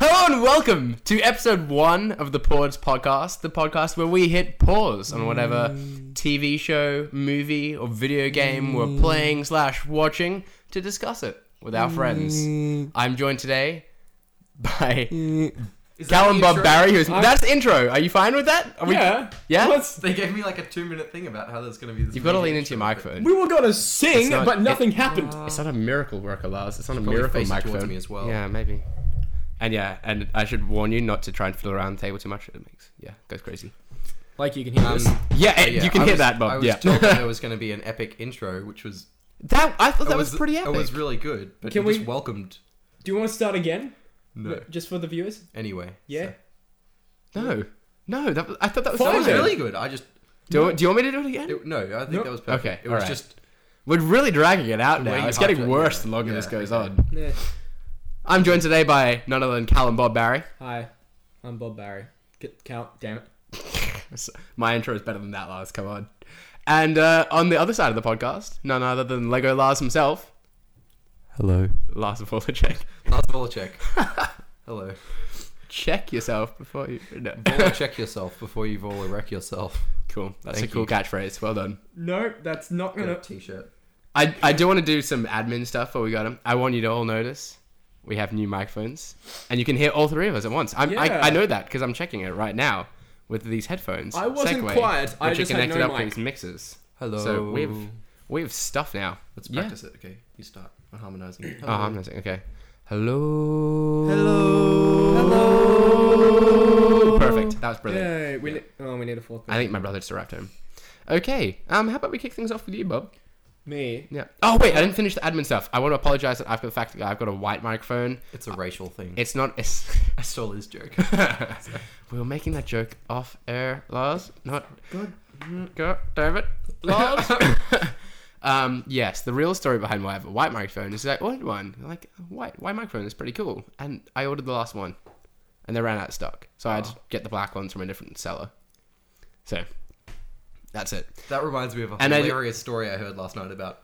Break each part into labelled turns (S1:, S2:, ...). S1: and welcome to episode one of the Pause Podcast, the podcast where we hit pause on whatever
S2: Mm.
S1: TV show, movie, or video game we're playing slash watching to discuss it with our friends. I'm joined today by
S2: Mm. Is that
S1: Callum
S2: the
S1: Bob
S2: intro?
S1: Barry. Who's
S3: I'm-
S1: that's the intro? Are you fine with that? Are we,
S3: yeah.
S1: yeah?
S3: What's-
S2: They gave me like a two minute thing about how there's going to be this.
S1: You've got to
S2: major
S1: lean into your
S2: intro thing.
S1: microphone.
S3: We were gonna sing,
S1: It's not-
S3: but nothing
S1: it- Uh,
S3: happened.
S1: It's not a miracle worker, Lars. It's not a
S2: probably
S1: miracle
S2: face it towards
S1: microphone.
S2: me as well.
S1: Yeah, maybe. And yeah, and I should warn you not to try and fiddle around the table too much. It makes yeah, it goes crazy.
S3: like you can hear this.
S2: Um,
S1: Yeah, eh,
S2: but yeah,
S1: you can
S2: I
S1: hear
S2: was-
S1: that,
S2: I
S1: Bob.
S2: was
S1: Yeah,
S2: told that there was going to be an epic intro, which was
S1: that I thought
S2: it
S1: that was, pretty epic.
S2: It was really good, but
S3: Can
S2: you
S3: we-
S2: just welcomed.
S3: Do you want to start again?
S2: No.
S3: Just for the viewers.
S2: Anyway.
S3: Yeah.
S2: so-
S1: no, no, that was, I thought that was,
S2: That was
S1: fine.
S2: really good. I just
S1: Do, you want- do you want me to do it again?
S2: it, no. I think
S3: Nope.
S2: that was perfect.
S1: Okay,
S2: It was
S1: alright.
S2: just
S1: We're really dragging it out
S2: The way
S1: now.
S2: you
S1: It's getting
S2: hyped it,
S1: worse
S2: yeah.
S1: the longer
S2: Yeah,
S1: this goes
S2: okay.
S1: on.
S3: Yeah.
S1: I'm joined today by none other than Callum Bob Barry.
S3: Hi, I'm Bob Barry. Get count. Damn it.
S1: My intro is better than that, Lars. Come on. And uh, on the other side of the podcast, none other than Lego Lars himself.
S4: Hello.
S1: Lars of all the check.
S2: Lars Volacek. Hello.
S1: Check yourself before you. No.
S2: Volacek yourself before you Vola wreck yourself.
S1: cool. That's
S2: Thank
S1: a cool
S2: you.
S1: catchphrase. Well done.
S3: No, that's not
S2: Get a
S3: gonna.
S2: t-shirt.
S1: I, I do want to do some admin stuff before we got him. I want you to all notice we have new microphones and you can hear all three of us at once. I'm,
S3: Yeah.
S1: I, I know that because I'm checking it right now with these headphones.
S3: I wasn't
S1: Segway,
S3: quiet. I
S1: which are
S3: just had
S1: connected
S3: no
S1: up to
S3: mic.
S1: these mixers.
S2: Hello.
S1: So we've we have stuff now.
S2: Let's
S1: Yeah.
S2: practice it. Okay, you start harmonizing.
S1: Oh, I'm not saying okay. Hello.
S3: Hello. Hello.
S1: Perfect. That was brilliant.
S3: Yay, we ne- oh, we need a fourth.
S1: I think my brother just arrived home. Okay. Um, how about we kick things off with you, Bob?
S3: Me.
S1: Yeah. Oh wait, I didn't finish the admin stuff. I want to apologize that I've got the fact that I've got a white microphone.
S2: It's a racial thing.
S1: It's not. It's,
S2: I stole his joke.
S1: we were making that joke off air, Lars. Not
S3: God.
S1: God, David. Lars. um. Yes, the real story behind why I have a white microphone is that I ordered one. Like "Oh, white white microphone is pretty cool, and I ordered the last one, and they ran out of stock, so I had
S2: Oh.
S1: to get the black ones from a different seller. So, that's it.
S2: That reminds me of a
S1: And I-
S2: hilarious story I heard last night about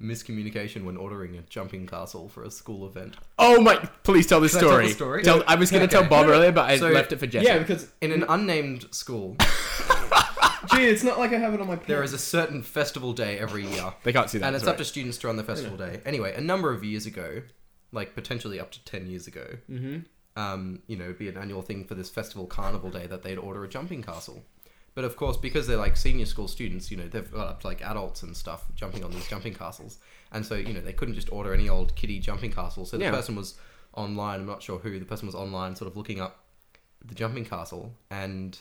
S2: miscommunication when ordering a jumping castle for a school event.
S1: Oh my! Please tell this
S2: Can I tell
S1: story.
S2: the story?
S1: Tell- I was gonna
S2: Okay.
S1: tell Bob
S3: No, no,
S1: earlier, but I
S2: so-
S1: left it for Jesse.
S3: Yeah, because
S2: In an unnamed school,
S3: gee, it's not like I have it on my.
S2: there is a certain festival day every year.
S1: they can't see that.
S2: And
S1: that's
S2: it's up to students to run the festival day. Anyway, a number of years ago, like potentially up to 10 years ago,
S3: Mm-hmm.
S2: um, you know, it'd be an annual thing for this festival carnival day that they'd order a jumping castle. But of course, because they're like senior school students, you know, they've got up to like adults and stuff jumping on these jumping castles. And so, you know, they couldn't just order any old kiddie jumping castle. So the
S1: Yeah.
S2: person was online, I'm not sure who, the person was online sort of looking up the jumping castle. And,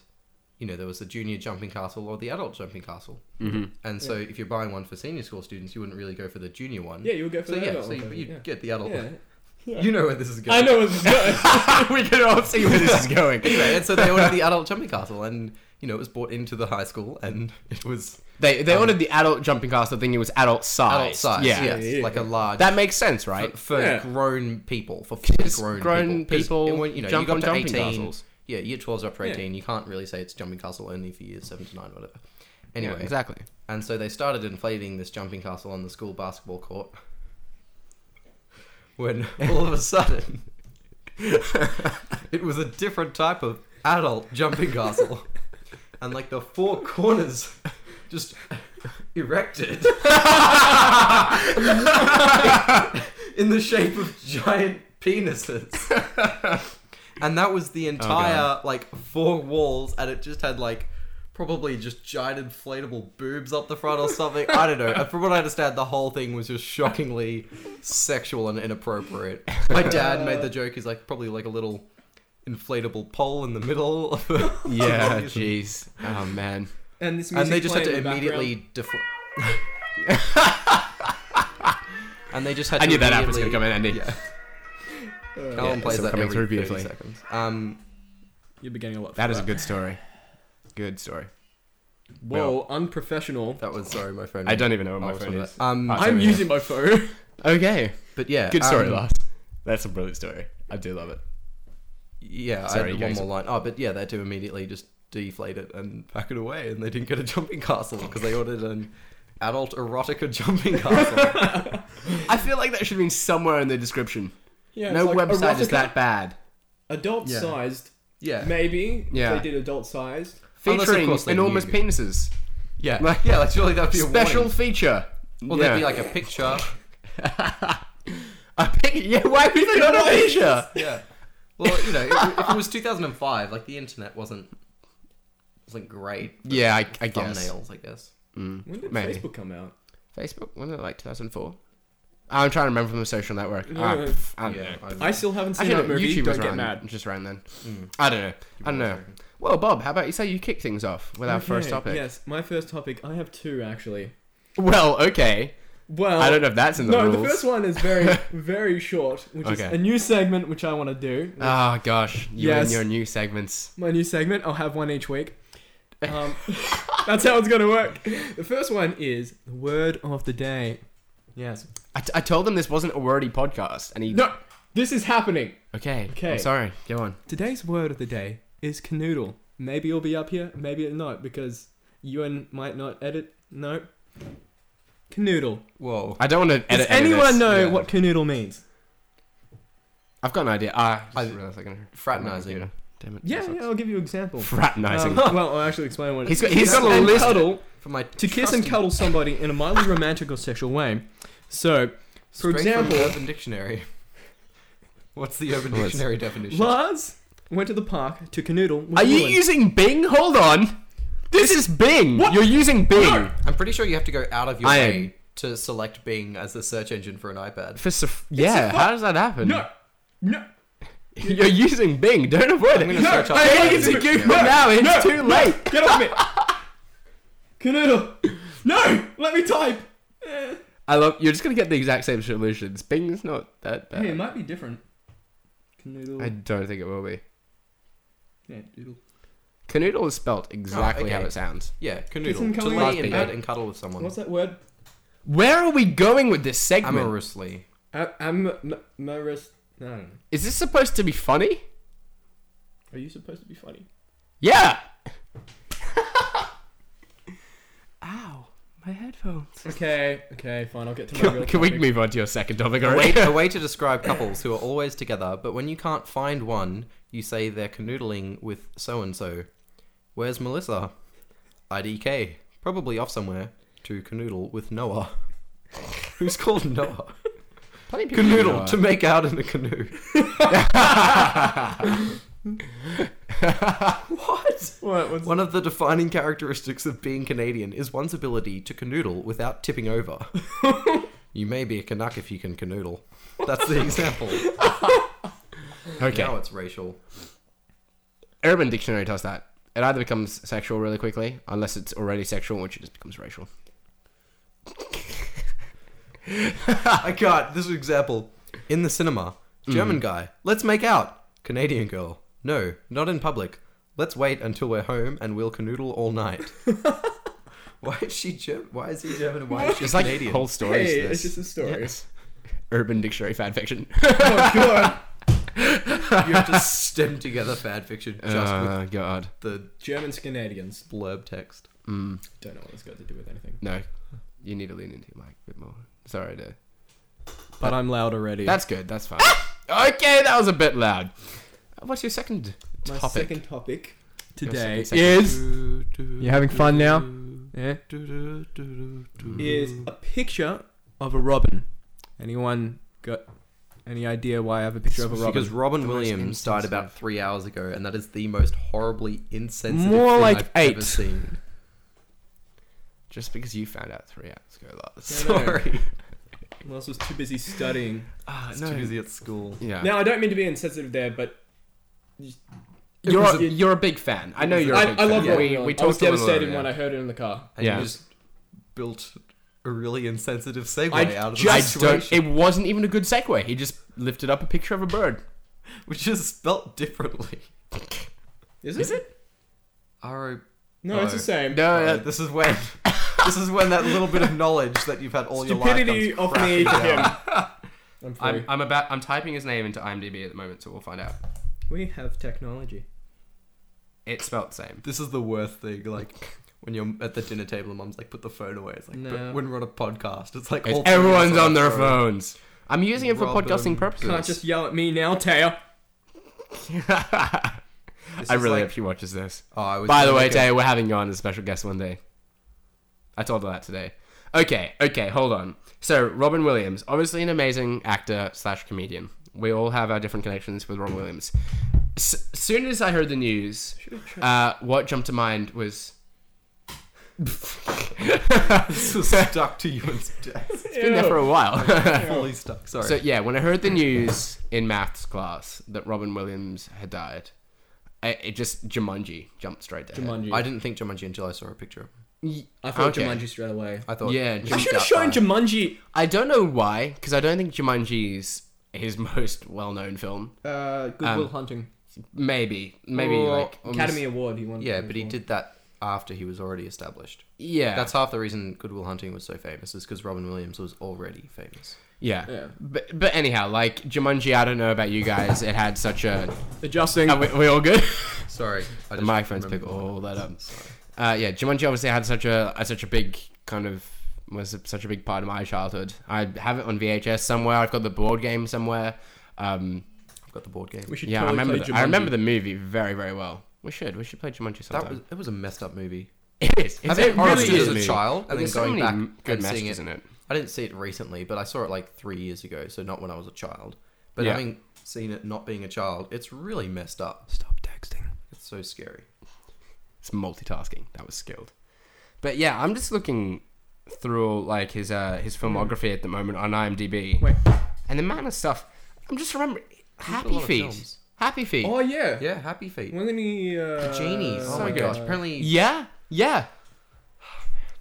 S2: you know, there was the junior jumping castle or the adult jumping castle.
S3: Mm-hmm.
S1: hmm
S2: And so if you're buying one for senior school students, you wouldn't really go for the junior one.
S3: Yeah, you'll go for
S2: So
S3: the
S2: yeah,
S3: adult
S2: so you,
S3: one,
S2: you
S3: yeah.
S2: get the adult
S3: Yeah.
S2: one.
S3: Yeah.
S2: You know where this is going.
S3: I know it's good.
S1: we can all see where this is going.
S2: anyway, and so they ordered the adult jumping castle, and you know it was brought into the high school, and it was
S1: They they
S2: Um,
S1: ordered the adult jumping castle thing. It was adult size.
S2: adult size,
S1: Yeah.
S2: yes,
S3: Yeah, yeah,
S2: like a large
S1: That makes sense, right?
S2: for, for
S3: Yeah.
S2: grown people, for
S1: Kids,
S2: grown,
S1: grown
S2: people. 'Cause
S1: people
S2: when, you know,
S1: jump
S2: you
S1: on
S2: got to
S1: jumping
S2: 18,
S1: castles.
S2: Yeah, year 12's up to
S3: Yeah.
S2: 18. You can't really say it's jumping castle only for years 7 to 9, whatever. Anyway,
S1: Yeah, exactly.
S2: and so they started inflating this jumping castle on the school basketball court. When all of a sudden, it was a different type of adult jumping castle, and like the four corners just erected in the shape of giant penises. And that was the entire like four walls, and it just had like probably just giant inflatable boobs up the front or something. I don't know. And From what I understand, the whole thing was just shockingly sexual and inappropriate. My dad made the joke. He's like probably like a little inflatable pole in the middle. Of a
S1: Yeah. Jeez. Oh man.
S3: and this music
S2: and they just had to
S3: playing in the
S2: immediately deflate. and they just had.
S1: I
S2: to
S1: knew that app was gonna
S2: immediately-
S1: come in handy.
S2: Yeah,
S3: background. Uh,
S2: Callum
S1: Yeah,
S2: plays
S1: so
S2: that
S1: coming
S2: every
S1: through
S2: 30
S1: beautifully.
S2: seconds. Um,
S3: You'll be getting a lot. for
S1: That is a good story. Good story.
S3: Whoa, unprofessional.
S2: that was sorry, my phone.
S1: I don't even know what
S2: Oh,
S1: my
S2: it's
S1: phone
S2: one of
S1: is.
S2: the- Um,
S1: Ah,
S3: I'm
S1: sorry, yeah.
S3: using my phone.
S1: Okay.
S2: but yeah,
S1: Good story,
S2: um,
S1: Lars. That's a brilliant story. I do love it.
S2: Yeah,
S1: Sorry,
S2: I had
S1: you
S2: one
S1: guys-
S2: more line. Oh, but yeah, they had to immediately just deflate it and pack it away, and they didn't get a jumping castle because they ordered an adult erotica jumping castle.
S1: I feel like that should mean somewhere in the description.
S3: Yeah,
S1: no
S3: it's like
S1: website is
S3: erotica.
S1: that bad.
S3: adult
S2: Yeah.
S3: sized.
S2: Yeah.
S3: Maybe if
S1: Yeah.
S3: they did adult sized.
S2: Unless, of
S1: featuring
S2: course, they
S1: enormous
S2: knew.
S1: penises.
S2: Yeah.
S1: Like-
S2: yeah, like surely that'd be a
S1: Special
S2: warning.
S1: feature.
S2: Well,
S1: yeah.
S2: there'd be like a picture.
S1: a pic- yeah, why would they not a picture?
S2: yeah. Well, you know, if, if it was 2005, like the internet wasn't wasn't great.
S1: Yeah, I, I guess.
S2: Thumbnails, I guess.
S3: When did
S1: Maybe.
S3: Facebook come out?
S1: Facebook, wasn't it like 2004? I'm trying to remember from the social network.
S3: Yeah.
S1: Ah, pff, I don't know.
S3: I still haven't seen
S1: Actually, no,
S3: that movie.
S1: YouTube was
S3: Don't get
S1: around,
S3: mad.
S1: just around then. I don't know. I don't know. Well, Bob, how about you say you kick things off with our first
S3: Okay,
S1: topic?
S3: Yes, my first topic. I have two actually.
S1: Well, okay.
S3: Well,
S1: I don't know if that's in the
S3: no,
S1: rules.
S3: the first one is very, very short, which is
S1: Okay.
S3: a new segment which I want to do.
S1: Oh gosh, you and
S3: Yes.
S1: your new segments.
S3: my new segment. I'll have one each week. Um, that's how it's gonna work. The first one is the word of the day. Yes.
S1: I, t- I told him this wasn't a wordy podcast, and he
S3: No, this is happening.
S1: Okay. Okay.
S3: Okay.
S1: I'm sorry. Go on.
S3: Today's word of the day is canoodle. Maybe you'll be up here, maybe not, because Ewan might not edit. No. Canoodle.
S2: Whoa.
S1: I don't want to
S3: Does
S1: edit. any of
S3: anyone
S1: this.
S3: know
S2: yeah.
S3: what canoodle means?
S1: I've got an idea. Ah, I
S2: I-
S1: just realized I can
S2: Fraternizing.
S1: Damn it.
S3: Yeah,
S1: That's
S3: yeah,
S1: not-
S3: I'll give you an example. Um,
S1: Fraternizing.
S3: well, I'll actually explain what it
S1: He's got- he's got a
S3: And
S1: list.
S3: Cuddle,
S2: For my
S3: to kiss and
S2: trusty-
S3: cuddle somebody in a mildly romantic or sexual way. So, for
S2: straight from
S3: example,
S2: Urban Dictionary. What's the Urban
S1: Well, it's-
S2: Dictionary definition?
S3: Lars went to the park to canoodle. With
S1: Are you
S3: Ewan.
S1: using Bing? Hold on. This is Bing.
S3: What?
S1: You're using Bing
S3: No.
S2: I'm pretty sure you have to go out of your
S1: I
S2: way
S1: am-
S2: to select Bing as the search engine for an iPad.
S1: for Saf- yeah.
S3: fu-
S1: How does that happen?
S3: No, no.
S1: You're using Bing. Don't avoid
S2: I'm
S1: it.
S2: gonna
S1: No.
S2: search up-
S1: Take
S2: I-
S1: it to Google
S3: No.
S1: now. It's
S3: No.
S1: too
S3: No.
S1: late.
S3: Get off me. Canoodle. No, let me type. Eh.
S1: I love. You're just gonna get the exact same solutions. Bing's not that bad.
S3: Hey, it might be different. Canoodle.
S1: I don't think it will be.
S3: yeah, doodle.
S1: Canoodle is spelt exactly how
S2: okay.
S1: it sounds.
S2: Yeah,
S3: Kiss and
S2: canoodle. To
S3: cuddle.
S2: lay in
S1: Last
S2: bed
S1: bit.
S2: and cuddle with someone.
S3: What's that word?
S1: Where are we going with this segment?
S2: Amorously.
S3: A- am m- maris. No, no, no.
S1: Is this supposed to be funny?
S3: Are you supposed to be funny?
S1: Yeah. Ow, my headphones.
S3: Okay, okay, fine. I'll get to my
S1: Can,
S3: real
S1: can we
S3: topic.
S1: move on to your second topic
S2: A
S1: already?
S2: way, a way to describe couples who are always together, but when you can't find one, you say they're canoodling with so and so. Where's Melissa? IDK. Probably off somewhere to canoodle with Noah. Who's called Noah?
S1: Plenty of people do
S2: Canoodle
S1: that.
S2: to make out in a canoe. what?
S3: What? What's
S2: One of the defining characteristics of being Canadian is one's ability to canoodle without tipping over. you may be a Canuck if you can canoodle. That's the example.
S1: Okay.
S2: Now it's racial.
S1: Urban Dictionary does that. It either becomes sexual really quickly, unless it's already sexual, which it just becomes racial.
S2: I got this example in the cinema. German guy, let's make out. Canadian girl, no, not in public. Let's wait until we're home and we'll canoodle all night. why is she German? Why is he German? and Why is she
S1: It's like
S2: Canadian?
S1: whole stories.
S3: Hey,
S1: to
S3: it's
S1: this.
S3: just a story.
S1: Yes. Urban Dictionary fan fiction.
S3: oh god.
S2: you have to stem together fan fiction just
S1: oh God.
S2: with the
S3: Germans, Canadians.
S2: blurb text.
S1: Mm.
S3: Don't know what it's got to do with anything.
S1: No, you need to lean into your mic a bit more. Sorry to.
S3: But I'm loud already.
S1: That's good. That's fine. okay, that was a bit loud. Uh, What's your second
S3: my
S1: topic?
S3: second topic
S1: Your
S3: today
S1: second segment.
S3: You having fun now? Yeah. is a picture of a robin. Anyone got any idea why I have a picture of a robin?
S2: Because Robin
S1: The most
S2: Williams died
S1: insensitive.
S2: about three hours ago, and that is the most horribly insensitive
S3: More
S2: thing
S3: like
S2: I've ever
S3: eight.
S2: seen.
S1: Just because you found out three hours ago, Lars.
S3: No, no, no.
S2: Sorry.
S3: Lars was too busy studying.
S1: Ah,
S2: It's too busy at school.
S1: Yeah.
S3: Now I don't mean to be insensitive there, but it
S1: you're
S3: was
S1: a,
S3: a-
S1: you're a big fan. I know
S3: I,
S1: you're. a big
S3: I
S1: fan.
S3: love Robin.
S1: We,
S3: Williams.
S1: we
S3: I was
S1: talked a little
S3: devastated
S1: earlier.
S3: when I heard it in the car.
S2: and
S1: Yeah.
S2: you just built a really insensitive segue
S3: I
S2: out of
S1: I
S2: the
S1: don't.
S2: situation,
S1: It wasn't even a good segue. He just lifted up a picture of a bird.
S2: which is spelt differently.
S3: Is it?
S2: Aro,
S3: No, it's the
S2: No.
S3: same.
S1: No,
S2: Aro,
S1: no,
S2: this is when this is when that little bit of knowledge that you've had all
S3: Stupidity
S2: your life
S3: of
S2: comes
S3: me to
S2: crashing down.
S3: him. I'm free.
S1: I'm, I'm about. I'm typing his name into IMDb at the moment, so we'll find out.
S3: we have technology.
S1: It's spelled the same.
S2: This is the worst thing. Like when you're at the dinner table and mom's like, "Put the phone away." It's like,
S3: No.
S2: but when we're on a podcast, it's like
S1: It's-
S2: all three of us
S1: everyone's on their
S2: phone.
S1: phones. I'm using it for
S2: Robin
S1: podcasting purposes.
S3: Can't just yell at me now, Tail.
S2: This
S1: I
S2: is
S1: really
S2: like-
S1: hope she watches this.
S2: Oh, I was
S1: By the
S2: gonna
S1: way,
S2: make a-
S1: Tay, we're having you on as a special guest one day. I told her that today. Okay, okay, hold on. So Robin Williams, obviously an amazing actor slash comedian. We all have our different connections with Robin Williams. S- soon as I heard the news, uh, what jumped to mind was
S2: This was stuck to you and desk.
S1: been there for a while.
S2: Fully stuck. Sorry.
S1: So yeah, when I heard the news in maths class that Robin Williams had died, I, it just Jumanji jumped straight to head.
S3: Jumanji.
S2: I didn't think Jumanji until I saw a picture. of him.
S1: Y-
S3: I thought
S1: okay.
S3: Jumanji straight away.
S2: I thought.
S1: Yeah,
S2: it was
S1: I
S3: I
S1: should've
S3: should
S2: stuck
S3: have shown
S2: by-
S3: Jumanji.
S1: I don't know why, because I don't think Jumanji's his most well-known film.
S3: Uh, Goodwill
S1: Um,
S3: Hunting.
S1: Maybe, maybe
S3: Or
S1: like almost-
S3: Academy Award. He won.
S2: Yeah, but he did that after he was already established.
S1: Yeah,
S2: That's half the reason Goodwill Hunting was so famous is because Robin Williams was already famous.
S1: yeah.
S3: Yeah.
S1: But but anyhow, like Jumanji, I don't know about you guys. It had such a.
S3: Adjusting.
S1: Are we, we all good?
S2: Sorry, I
S1: the microphones pick all that up. Uh, yeah, Jumanji obviously had such a, a such a big kind of was such a big part of my childhood. I have it on VHS somewhere. I've got the board game somewhere. Um,
S2: I've got the board game.
S3: we should
S1: yeah, I
S3: totally
S1: remember.
S3: play
S1: The, I remember
S3: Jumanji.
S1: the movie very very well. We should we should play Jumanji sometime.
S2: That was it was a messed up movie.
S1: it is. It's
S2: I think
S1: a really
S2: honestly,
S1: is
S2: as a
S1: movie.
S2: child, and then
S1: There's so
S2: going
S1: many
S2: back
S1: m- good
S2: and seeing
S1: messages
S2: it-
S1: in it.
S2: I didn't see it recently, but I saw it like three years ago, so not when I was a child. But
S1: Yeah.
S2: having seen it not being a child, it's really messed up.
S3: Stop texting.
S2: It's so scary.
S1: It's multitasking. That was skilled. But yeah, I'm just looking through like his uh, his filmography at the moment on IMDb.
S3: Hmm. Wait.
S1: And the amount of stuff. I'm just remembering
S2: a
S1: Happy
S2: lot of
S1: Feet.
S2: films.
S1: Happy Feet.
S3: Oh yeah.
S2: Yeah, Happy Feet.
S3: When he uh,
S2: Genies. oh
S1: so
S2: my
S1: good.
S2: gosh. Apparently,
S1: Yeah, yeah.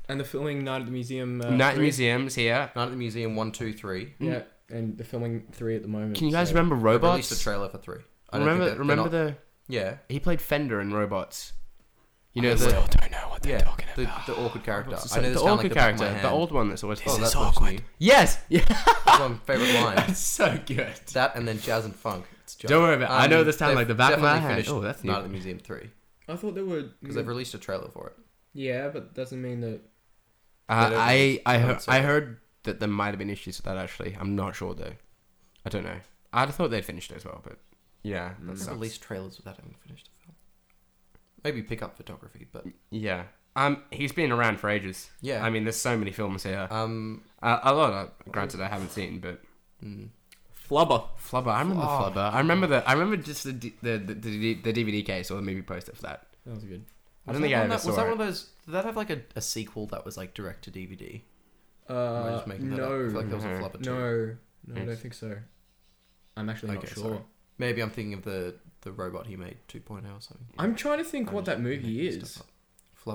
S3: And the filming Night at the Museum. Uh,
S1: Night
S3: three.
S1: Museums here.
S2: Night at the Museum one, two, three.
S3: Yeah, and the filming three at the moment.
S1: Can you guys
S3: so-
S1: remember
S2: They Released a
S1: Robots?
S2: trailer for three. I don't think
S1: remember
S2: that- they're
S1: remember
S2: not-
S1: the
S2: yeah
S1: he played Fender in Robots. You know
S2: I
S1: the
S2: still
S1: don't know what
S2: yeah the, the awkward character. I know
S1: the
S2: this
S1: orca
S2: down, like, the back of
S1: character,
S2: my
S1: the
S2: hand.
S1: old one that's always.
S2: Oh,
S1: Oh,
S2: that's
S1: that-
S2: awkward.
S1: yes, yeah,
S2: That's my favorite line.
S1: that's so good.
S2: That and then jazz and funk. It's jazz.
S1: Don't worry about it. I know this town
S2: they've
S1: like the back of my
S2: definitely
S1: hand.
S2: finished
S1: Oh, that's
S2: Night
S1: new.
S2: at the Museum three
S3: I thought there were.
S2: because they've released a trailer for it.
S3: Yeah, but doesn't mean that.
S1: Uh,
S2: don't
S1: I
S2: release
S1: I heard,
S2: concept.
S1: I heard that there might have been issues with that. Actually, I'm not sure though. I don't know. I'd have thought they'd finished it as well, but yeah, that
S2: They've
S1: sucks.
S2: released trailers without having finished the film. Maybe pick up photography, but
S1: Yeah. Um, he's been around for ages.
S2: Yeah.
S1: I mean, there's so many films here.
S2: um,
S1: Uh, a lot. Of, granted, I haven't seen, but
S2: mm,
S3: Flubber.
S1: Flubber. I remember
S2: Flubber.
S1: Flubber. I remember the. I remember just the D- the, the, the, the DVD case or the movie poster for that.
S3: That was good.
S1: I
S2: was
S1: don't think
S2: that
S1: I
S2: one
S1: ever
S2: that,
S1: saw
S2: Was that
S1: it.
S2: one of those? Did that have like a, a sequel that was like direct to DVD? Am I
S3: Uh,
S2: just making that up? I
S3: no,
S2: feel like there was a
S1: No.
S2: flubber too.
S3: no, no, I
S1: Yes.
S3: don't think so. I'm actually not
S2: Okay,
S3: sure.
S2: sorry. Maybe I'm thinking of the the robot he made 2.0 or something.
S3: I'm trying to think
S2: I'm
S3: what
S2: just
S3: that movie
S2: making
S3: is.
S2: stuff up.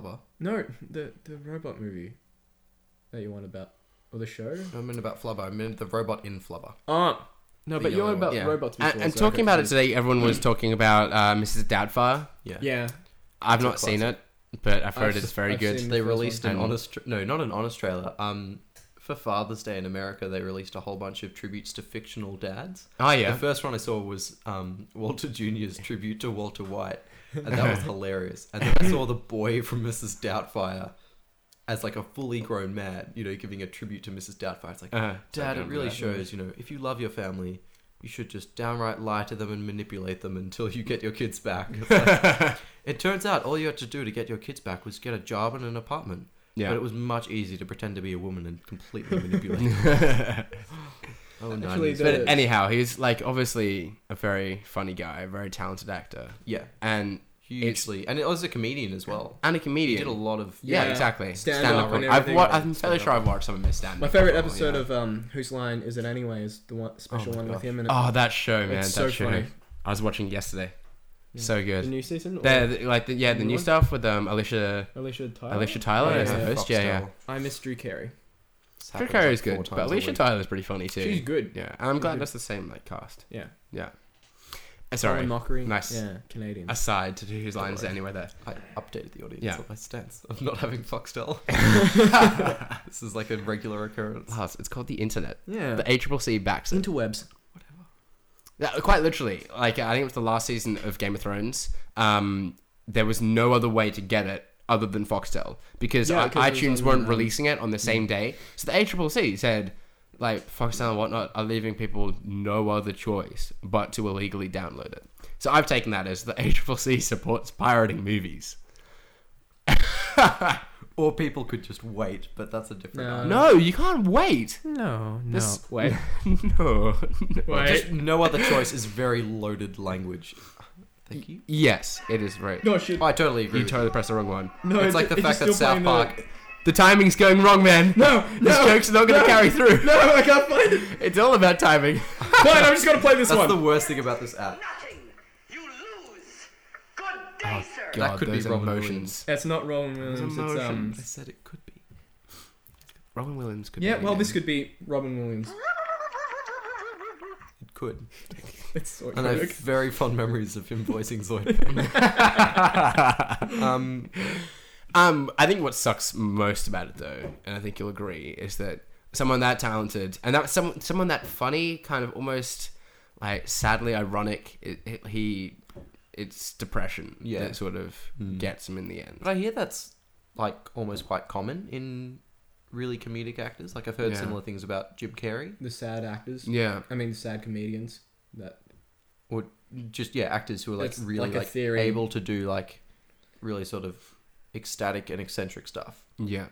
S2: Flubber.
S3: No, the the robot movie that you want about or the show.
S2: No, I meant about Flubber. I meant the robot in Flubber.
S3: Uh, no,
S2: The
S3: but you
S2: yellow
S3: were about
S2: one.
S1: Yeah.
S3: robots before.
S1: And, and
S3: so I
S1: talking
S3: don't
S1: about it
S3: think-
S1: today, everyone was talking about uh, Mrs. Doubtfire.
S2: Yeah.
S3: Yeah,
S1: I've
S2: It's a
S1: not seen it, but I've heard
S3: I've-
S1: it's very
S3: I've
S1: good.
S3: seen the
S2: They
S3: first
S2: released
S1: one.
S2: an
S1: And-
S2: honest, tra- no, not an honest trailer. Um, for Father's Day in America, they released a whole bunch of tributes to fictional dads.
S1: Oh yeah.
S2: The first one I saw was um, Walter Jr.'s tribute to Walter White, and that was hilarious. And then I saw the boy from Mrs. Doubtfire as like a fully grown man, you know, giving a tribute to Mrs. Doubtfire. It's like,
S1: Uh,
S2: Dad, it really
S1: should.
S2: shows, you know, if you love your family, you should just downright lie to them and manipulate them until you get your kids back. It's like- it turns out all you had to do to get your kids back was get a job and an apartment. But
S1: Yeah.
S2: it was much easier to pretend to be a woman and completely manipulate them. Oh, no.
S3: Actually, the-
S1: but anyhow, he's like obviously a very funny guy, a very talented actor,
S2: yeah,
S1: and
S2: hugely. and it was a comedian as well.
S1: and a
S2: He
S1: comedian.
S2: did a lot of.
S1: Yeah,
S3: Yeah.
S1: exactly.
S3: Stand
S1: Stand,
S3: up
S1: up.
S3: and
S1: I've
S3: everything.
S1: wa- I'm fairly
S2: Stand
S1: sure
S2: up.
S1: I've watched some of his stand up.
S3: my favorite episode of um, Whose Line Is It Anyway is the one special
S2: my
S3: one with
S2: gosh.
S3: him and
S1: Oh, that show, man!
S3: um, It's
S1: that
S3: so
S1: show.
S3: funny.
S1: I was watching it yesterday.
S3: Yeah.
S1: So
S3: the
S1: good.
S3: new season. or
S1: The, the- like the, yeah, the
S3: New
S1: new
S3: one?
S1: stuff with um Alicia
S3: Alicia Tyler.
S1: Alicia Tyler
S3: Oh,
S1: as
S3: yeah.
S1: the host. Yeah, yeah.
S3: I miss Drew Carey.
S1: Drew Carey is good, but Alicia Tyler's pretty funny too.
S3: She's good.
S1: yeah, and I'm
S3: She's
S1: glad
S3: good.
S1: that's the same like cast.
S3: Yeah.
S1: Uh, Sorry,
S3: Colin Mockery.
S1: Nice.
S3: Yeah, Canadian.
S1: aside to do his
S2: Don't
S1: lines
S2: worry.
S1: anyway. There.
S2: I updated the audience
S1: Yeah.
S2: on my stance of not having Foxtel. this is like a regular occurrence.
S1: Lars, it's called the internet.
S3: yeah.
S1: The ACCC backs it.
S3: interwebs.
S1: Yeah, quite literally. Like I think it was the last season of Game of Thrones. Um, there was no other way to get it other than Foxtel because
S3: Yeah,
S1: i-
S3: 'cause it was
S1: iTunes
S3: on,
S1: weren't
S3: um,
S1: releasing it on the same day. So the ACCC said, like Foxtel and whatnot are leaving people no other choice but to illegally download it. So I've taken that as the ACCC supports pirating movies.
S2: Or people could just wait, but that's a different.
S3: No.
S2: argument.
S1: No, you can't wait.
S3: Um, No, no.
S1: This-
S3: wait.
S1: No.
S3: Wait.
S2: Just no other choice is very loaded language. Thank you.
S1: Yes, it is right.
S3: No shit.
S2: Oh, I totally agree.
S1: You
S2: with you.
S1: totally pressed the wrong one.
S3: No,
S2: it's like the fact that
S3: just still
S2: South
S3: playing the-
S2: Park.
S1: The timing's going wrong, man.
S3: No,
S1: This
S3: no,
S1: joke's not going to
S3: no.
S1: carry through.
S3: No, I can't find it.
S1: It's all about timing.
S3: Fine, I'm just gonna play this
S2: That's
S3: one.
S2: the worst thing about this app.
S4: Nothing. You lose. Good day, sir.
S2: That could be
S1: those
S2: Robin
S1: emotions.
S3: That's not Roland Williams. It's um.
S1: Emotions.
S2: said it could be.
S1: Robin Williams could.
S3: Yeah,
S1: be
S3: well, this
S1: again.
S3: could be Robin Williams.
S2: It could.
S3: It's sort
S2: And I have
S3: of
S2: very fond memories of him voicing Zoidberg. um,
S1: Um, I think what sucks most about it though, and I think you'll agree, is that someone that talented and that some someone that funny, kind of almost like sadly ironic, it, it, he. It's depression
S2: Yeah.
S1: that sort of gets him in the end.
S2: but I hear that's like almost quite common in really comedic actors. Like I've heard
S1: Yeah.
S2: similar things about Jim Carrey
S3: the sad actors.
S1: Yeah.
S3: I mean, the sad comedians. That
S2: or just yeah, actors who are like
S3: It's
S2: really
S3: like
S2: like,
S3: a theory.
S2: able to do like really sort of ecstatic and eccentric stuff.
S1: Yeah.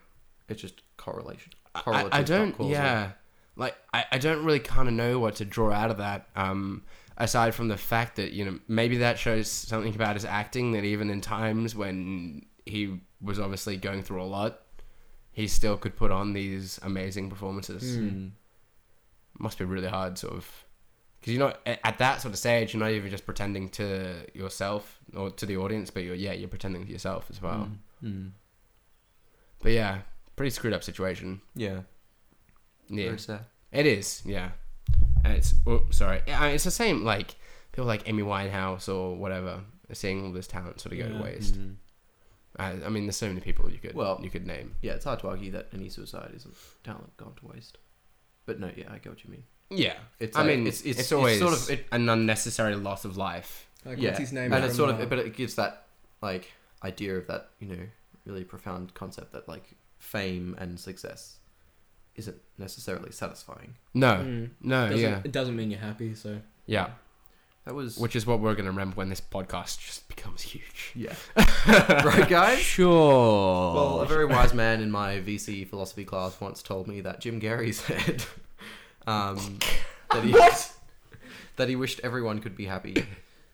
S2: It's just correlation.
S1: I,
S2: Correlative,
S1: I
S2: not
S1: don't
S2: causal.
S1: yeah like I, I don't really kind of know what to draw out of that um aside from the fact that you know maybe that shows something about his acting that even in times when he was obviously going through a lot he still could put on these amazing performances
S2: Mm.
S1: must be really hard sort of because you're not a- at that sort of stage you're not even just pretending to yourself or to the audience but you're yeah you're pretending to yourself as well
S3: Hmm.
S2: Mm.
S1: but yeah pretty screwed up situation
S2: Yeah.
S1: yeah
S2: Very sad.
S1: It is, yeah. And it's oh, sorry. Yeah, I mean, it's the same like people like Amy Winehouse or whatever are seeing all this talent sort of go
S3: Yeah.
S1: to waste.
S3: Hmm.
S2: Mm.
S1: I, I mean, there's so many people you could
S2: Well-
S1: you could name.
S2: Yeah, it's hard to argue that any suicide isn't talent gone to waste. But no, yeah, I get what you mean.
S1: Yeah,
S2: It's
S1: I
S2: like-
S1: mean,
S2: it's-
S1: it's,
S2: it's-
S1: it's
S2: it's
S1: always
S2: sort of- it-
S1: an unnecessary loss of life.
S3: like
S2: yeah,
S3: what's his name?
S2: and it's
S3: from,
S2: sort of,
S3: uh,
S2: but it gives that like idea of that you know really profound concept that like fame and success isn't necessarily satisfying.
S1: No,
S3: Mm.
S1: no,
S3: Doesn't-
S1: yeah,
S3: It doesn't mean you're happy. So
S1: yeah.
S2: That was
S1: Which is what we're gonna remember when this podcast just becomes huge.
S2: yeah, right, guys.
S1: Sure.
S2: Well, a
S3: Oh,
S2: very wise man in my VC philosophy class once told me that Jim Gary said um, that he that he wished everyone could be happy.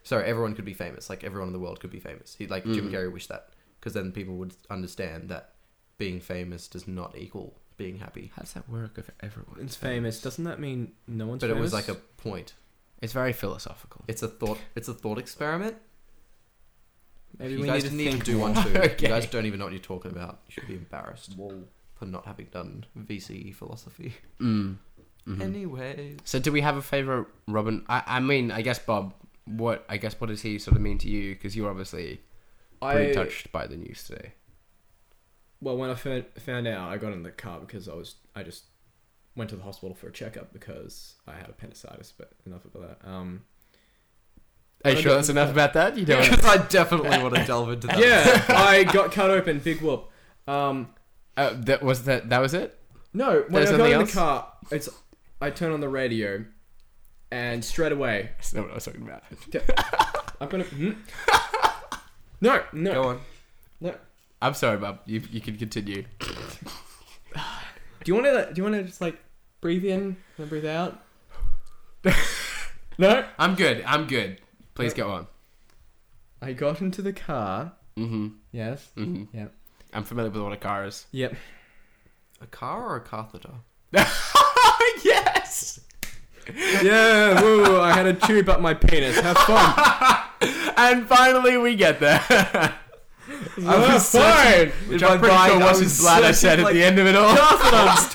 S2: Sorry, everyone could be famous. Like everyone in the world could be famous. He like Jim
S1: Mm.
S2: Gary wished that because then people would understand that being famous does not equal being happy.
S1: how does that work if everyone?
S3: it's famous. Doesn't that mean no one's?
S2: but it was
S3: famous?
S2: like a point.
S1: It's very philosophical.
S2: It's a thought. It's a thought experiment.
S3: Maybe
S2: you
S3: we
S2: guys
S3: need to
S2: need to
S3: think
S2: do
S3: more.
S2: one too.
S1: Okay.
S2: You guys don't even know what you're talking about. You should be embarrassed for not having done VCE philosophy.
S1: Mm.
S3: Mm-hmm.
S2: Mm-hmm.
S1: Mhm.
S2: Anyways,
S1: So do we have a favorite Robin? I, I mean, I guess Bob. What I guess what does he sort of mean to you? Because you're obviously pretty
S3: I
S1: touched by the news today.
S3: well, when I found, found out, I got in the car because I was I just went to the hospital for a checkup because I had appendicitis. But enough about that. Um,
S1: Are you
S3: I
S1: sure
S3: don't-
S1: that's enough about that? You don't.
S2: because I definitely want to delve into that.
S3: yeah, I got cut open. Big whoop. Um,
S1: Uh, that was that. That was it.
S3: No, when
S1: There's
S3: I got
S1: nothing
S3: in the
S1: else?
S3: car, it's I turn on the radio, and straight away
S1: That's not what I was talking about.
S3: I'm gonna. Hmm? No, no,
S2: Go on.
S3: no.
S1: I'm sorry, Bob. You you can continue.
S3: Do you want to? Do you want to just like breathe in and breathe out? no.
S1: I'm good. I'm good. Please go on.
S3: I got into the car.
S1: Mm-hmm.
S3: Yes.
S1: Mm-hmm.
S3: Yep.
S1: I'm familiar with what a car is.
S3: Yep.
S2: A car or a catheter?
S1: yes.
S3: Yeah. Woo! I had a tube up my penis. Have fun.
S1: And finally, we get there. I was
S3: fine.
S1: searching- Which I'm pretty sure was his blood. I said at the end of it all.
S3: Bob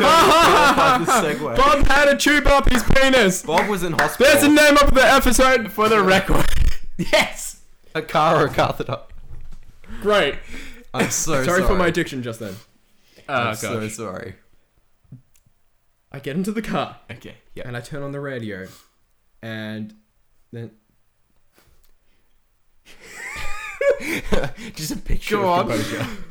S3: had a tube up his penis.
S2: Bob was in hospital.
S3: There's a name up the episode.
S1: Oh. For the record. yes.
S2: a car or a catheter?
S3: Great.
S2: I'm so sorry.
S3: Sorry for my addiction just then. Ah,
S1: Oh,
S2: I'm
S1: gosh.
S2: so sorry.
S3: I get into the car.
S1: Okay. Yeah.
S3: and I turn on the radio, and then
S1: Just a picture
S2: Go on.
S1: of composure.
S2: Mm.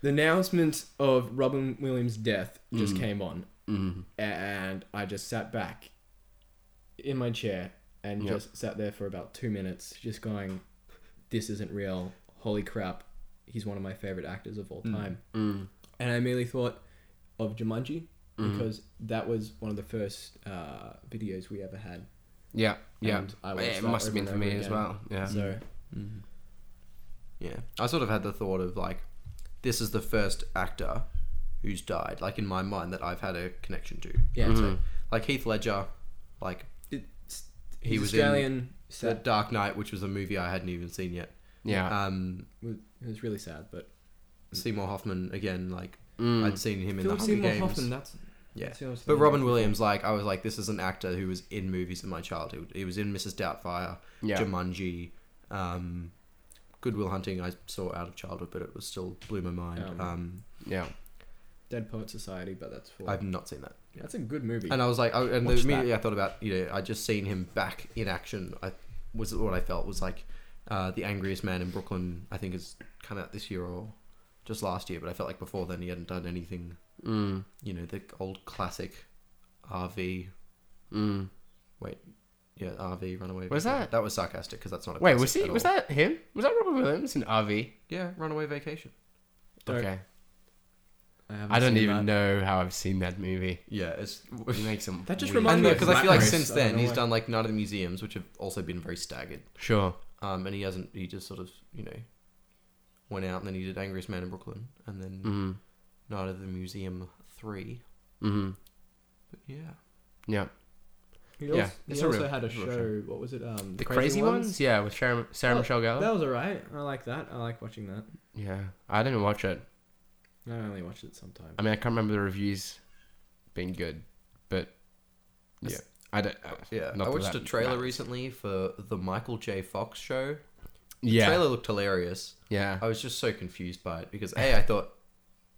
S3: the announcement of Robin Williams' death just came on,
S1: Mm.
S3: and mind, I just sat back in my chair and
S1: Yep.
S3: just sat there for about two minutes, just going, "This isn't real. Holy crap! He's one of my favorite actors of all time."
S1: Mm. Mm-hmm.
S3: And I immediately thought of Jumanji because that was one of the first uh, videos we ever had.
S1: Yeah, yeah.
S3: And I watched
S1: it
S3: that
S1: must have
S3: over
S1: been for
S3: and
S1: me
S3: over
S1: as
S3: again.
S1: well. Yeah. Mm.
S3: So
S2: Yeah. I sort of had the thought of like, this is the first actor who's died, like in my mind, that I've had a connection to.
S3: yeah,
S2: I'd say.
S1: Mhm.
S2: Like Heath Ledger, like
S3: it's,
S2: He
S3: he's
S2: was in
S3: Australian.
S2: The
S3: sad.
S2: Dark Knight, which was a movie I hadn't even seen yet.
S1: yeah. uh,
S2: Um,
S3: was- It was really sad, but
S2: Seymour Hoffman again, like
S1: Mm.
S2: I'd seen him in the Hunger Games.
S3: That's
S2: Yeah.
S3: that's who I was
S2: But
S3: thinking
S2: Robin
S3: of.
S2: Williams, like I was like, this is an actor who was in movies in my childhood. He was in Mrs. Doubtfire,
S1: Yeah.
S2: Jumanji, um, Goodwill Hunting. I saw out of childhood, but it was still blew my mind. Um,
S3: Um,
S1: yeah.
S3: Dead Poet Society, but that's for
S2: I've not seen that.
S3: that's a good movie.
S2: And I was like, I, and
S3: Watch
S2: immediately I thought about, you know, I just seen him back in action. I was what I felt was like uh, the angriest man in Brooklyn. I think is come out this year or just last year, but I felt like before then he hadn't done anything.
S1: Mm.
S2: You know, the old classic RV.
S1: Mm.
S2: Yeah, RV Runaway.
S1: Was
S2: Vacation.
S1: that-
S2: That was sarcastic because that's not. A
S1: Wait,
S2: classic
S1: was he?
S2: at
S1: Was
S2: all.
S1: that him? Was that Robin Williams in RV?
S2: Yeah, Runaway Vacation.
S3: Don't-
S1: Okay.
S5: haven't
S1: I don't
S5: seen
S1: even
S5: that.
S1: know how I've seen that movie.
S2: Yeah, it's.
S1: It makes some.
S5: That just
S1: weird-
S5: reminds
S2: And
S5: me of
S2: because I
S5: Black
S2: feel like
S5: Race,
S2: since
S5: I don't
S2: then
S5: know
S2: he's
S5: why.
S2: done like Night of the Museums, which have also been very staggered.
S1: Sure.
S2: Um, and he hasn't. He just sort of you know went out and then he did Angriest Man in Brooklyn and then
S1: Mm.
S2: Night of the Museum three.
S1: Mm.
S2: But yeah,
S1: Yeah.
S3: He
S1: Yeah,
S3: also, he
S1: it's a
S3: also
S1: real-
S3: had a
S1: real
S3: show.
S1: show.
S3: What was it? Um,
S1: The crazy, ones? Yeah, with Sarah, Sarah
S3: Oh,
S1: Michelle Gellar.
S3: That was alright. I like that. I like watching that.
S1: Yeah, I didn't watch it.
S3: I only watched it sometimes.
S1: I mean, I can't remember the reviews being good, but yeah,
S2: That's-
S1: I don't. uh,
S2: yeah.
S1: Not
S2: I
S1: that
S2: watched
S1: that
S2: a trailer
S1: matters.
S2: recently for the Michael J. Fox show. The
S1: Yeah,
S2: trailer looked hilarious.
S1: yeah,
S2: I was just so confused by it because a I thought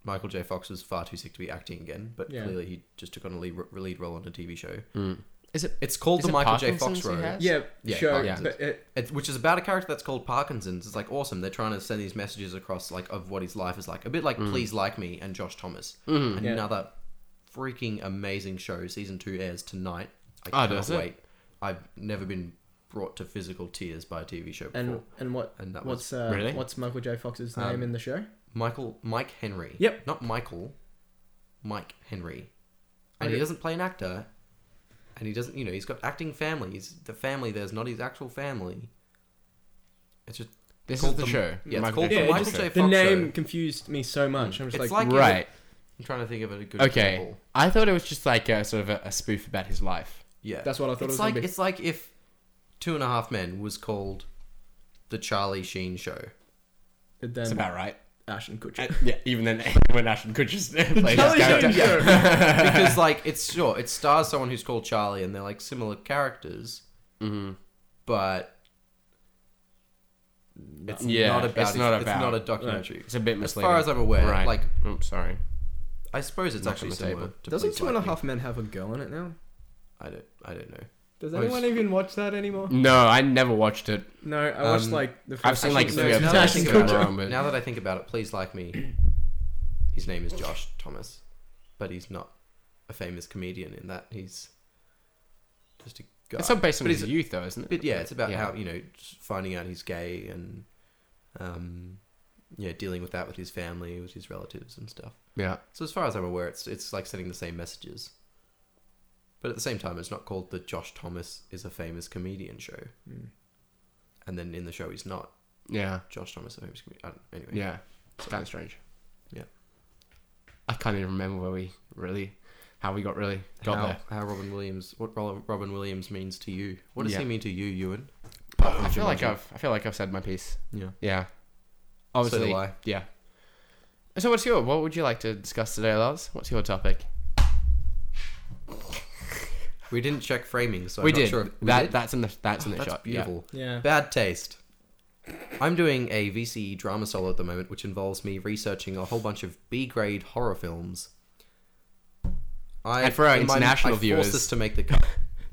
S2: Michael J. Fox was far too sick to be acting again, but
S3: Yeah.
S2: clearly he just took on a lead, lead role on a TV show.
S1: Mm.
S2: Is it? It's called
S1: Is
S2: the
S1: it
S2: Michael J.
S1: Parkinson's
S2: Fox
S1: he
S2: Road,
S1: has?
S3: yeah,
S2: Yeah,
S3: show,
S2: yeah.
S3: but it,
S2: it, which is about a character that's called Parkinson's. It's like awesome. They're trying to send these messages across, like of what his life is like. A bit like
S1: Hmm.
S2: Please Like Me and Josh Thomas.
S1: Mhm.
S3: Yeah.
S2: Another freaking amazing show. Season two airs tonight. I
S1: Oh,
S2: cannot
S1: does it?
S2: wait. I've never been brought to physical tears by a TV show before.
S3: and and what
S2: And that
S3: what's uh,
S1: Really?
S3: what's Michael J. Fox's name
S2: Um,
S3: in the show?
S2: Michael Mike Henry.
S3: Yep.
S2: Not Michael. Mike Henry. And
S3: Okay.
S2: he doesn't play an actor. And he doesn't, you know, he's got acting families. The family there's not his actual family. It's just
S1: This is
S2: called
S1: the, show.
S2: Yeah, it's
S1: Michael
S2: called
S1: J.
S2: the
S3: Yeah,
S1: Fox
S2: Michael J.
S1: show.
S2: Fox
S3: The name
S2: Show.
S3: confused me so much. I'm just
S2: It's
S3: like,
S2: like
S1: Right.
S2: I'm trying to think of a good
S1: Okay.
S2: example.
S1: I thought it was just like a sort of a, a spoof about his life.
S2: Yeah.
S3: that's what I thought it
S2: it's
S3: was
S2: like
S3: gonna be.
S2: it's like if Two and a Half Men was called the Charlie Sheen show.
S3: but
S1: That's
S3: then
S1: about right.
S3: Ashton Kutcher.
S1: And- Um, yeah, even then when Ashton Kutcher's played his
S3: Charlie Sheen
S1: character.
S2: because like it's sure it stars someone who's called Charlie and they're like similar characters,
S1: Mhm.
S2: but it's
S1: Yeah,
S2: not
S1: it's
S2: about it's
S1: not
S2: not,
S1: about-
S2: a documentary.
S1: It's a bit
S2: As
S1: misleading.
S2: far as I'm aware,
S1: right.
S2: like
S1: I'm Oh, sorry.
S2: I suppose it's
S1: Knock
S2: actually
S1: on the
S2: similar.
S1: table.
S2: To
S3: Doesn't
S2: Please
S3: Two and a
S2: Like Me.
S3: Half Men have a go on it now?
S2: I don't. I don't know.
S3: Does
S2: Well, it's-
S3: anyone even watch that anymore?
S1: No, I never watched it.
S3: No, I watched
S2: Um,
S3: like the first
S1: Mm. I've seen like
S3: Actually,
S1: three
S3: no,
S2: now,
S3: it's
S2: that
S1: episodes.
S2: I
S3: Ashton
S1: of
S2: think about
S1: it,
S3: Kutcher.
S2: it,
S1: but-
S2: now that I think about it, Please Like Me. His name is Josh Thomas, but he's not a famous comedian in that. He's just a guy.
S1: It's not based on
S2: But
S1: his
S2: he's-
S1: youth, though, isn't it?
S2: But yeah, it's about
S1: Yeah.
S2: how you know just finding out he's gay and um, yeah, dealing with that with his family, with his relatives and stuff.
S1: Yeah.
S2: So as far as I'm aware, it's it's like sending the same messages. But at the same time, it's not called the Josh Thomas is a famous comedian show,
S1: Hmm.
S3: Mm.
S2: and then in the show he's not
S1: Yeah.
S2: Josh Thomas a famous comedian. I don't, anyway,
S1: Yeah. It's kind of strange.
S2: Yeah.
S1: I can't even remember where we really, how we got really got
S2: how,
S1: there.
S2: how Robin Williams, what Ro- Robin Williams means to you? What does
S1: Yeah.
S2: he mean to you, Ewan?
S1: I feel like
S2: Jumanji.
S1: I've, I feel like I've said my piece.
S2: Yeah.
S1: Yeah. Obviously.
S2: do I.
S1: Yeah. So what's your, what would you like to discuss today, Lars? What's your topic?
S2: We didn't check framing, so
S1: we
S2: I'm not
S1: did.
S2: sure if- we
S1: that,
S2: did? Oh,
S1: That's in the, that's in the
S2: That's
S1: shot. yeah.
S2: beautiful.
S3: Yeah.
S2: Bad taste. I'm doing a VCE drama solo at the moment, which involves me researching a whole bunch of B grade horror films. I,
S1: And for our
S2: in my-
S1: international
S2: I forced
S1: viewers-
S2: this to make the cut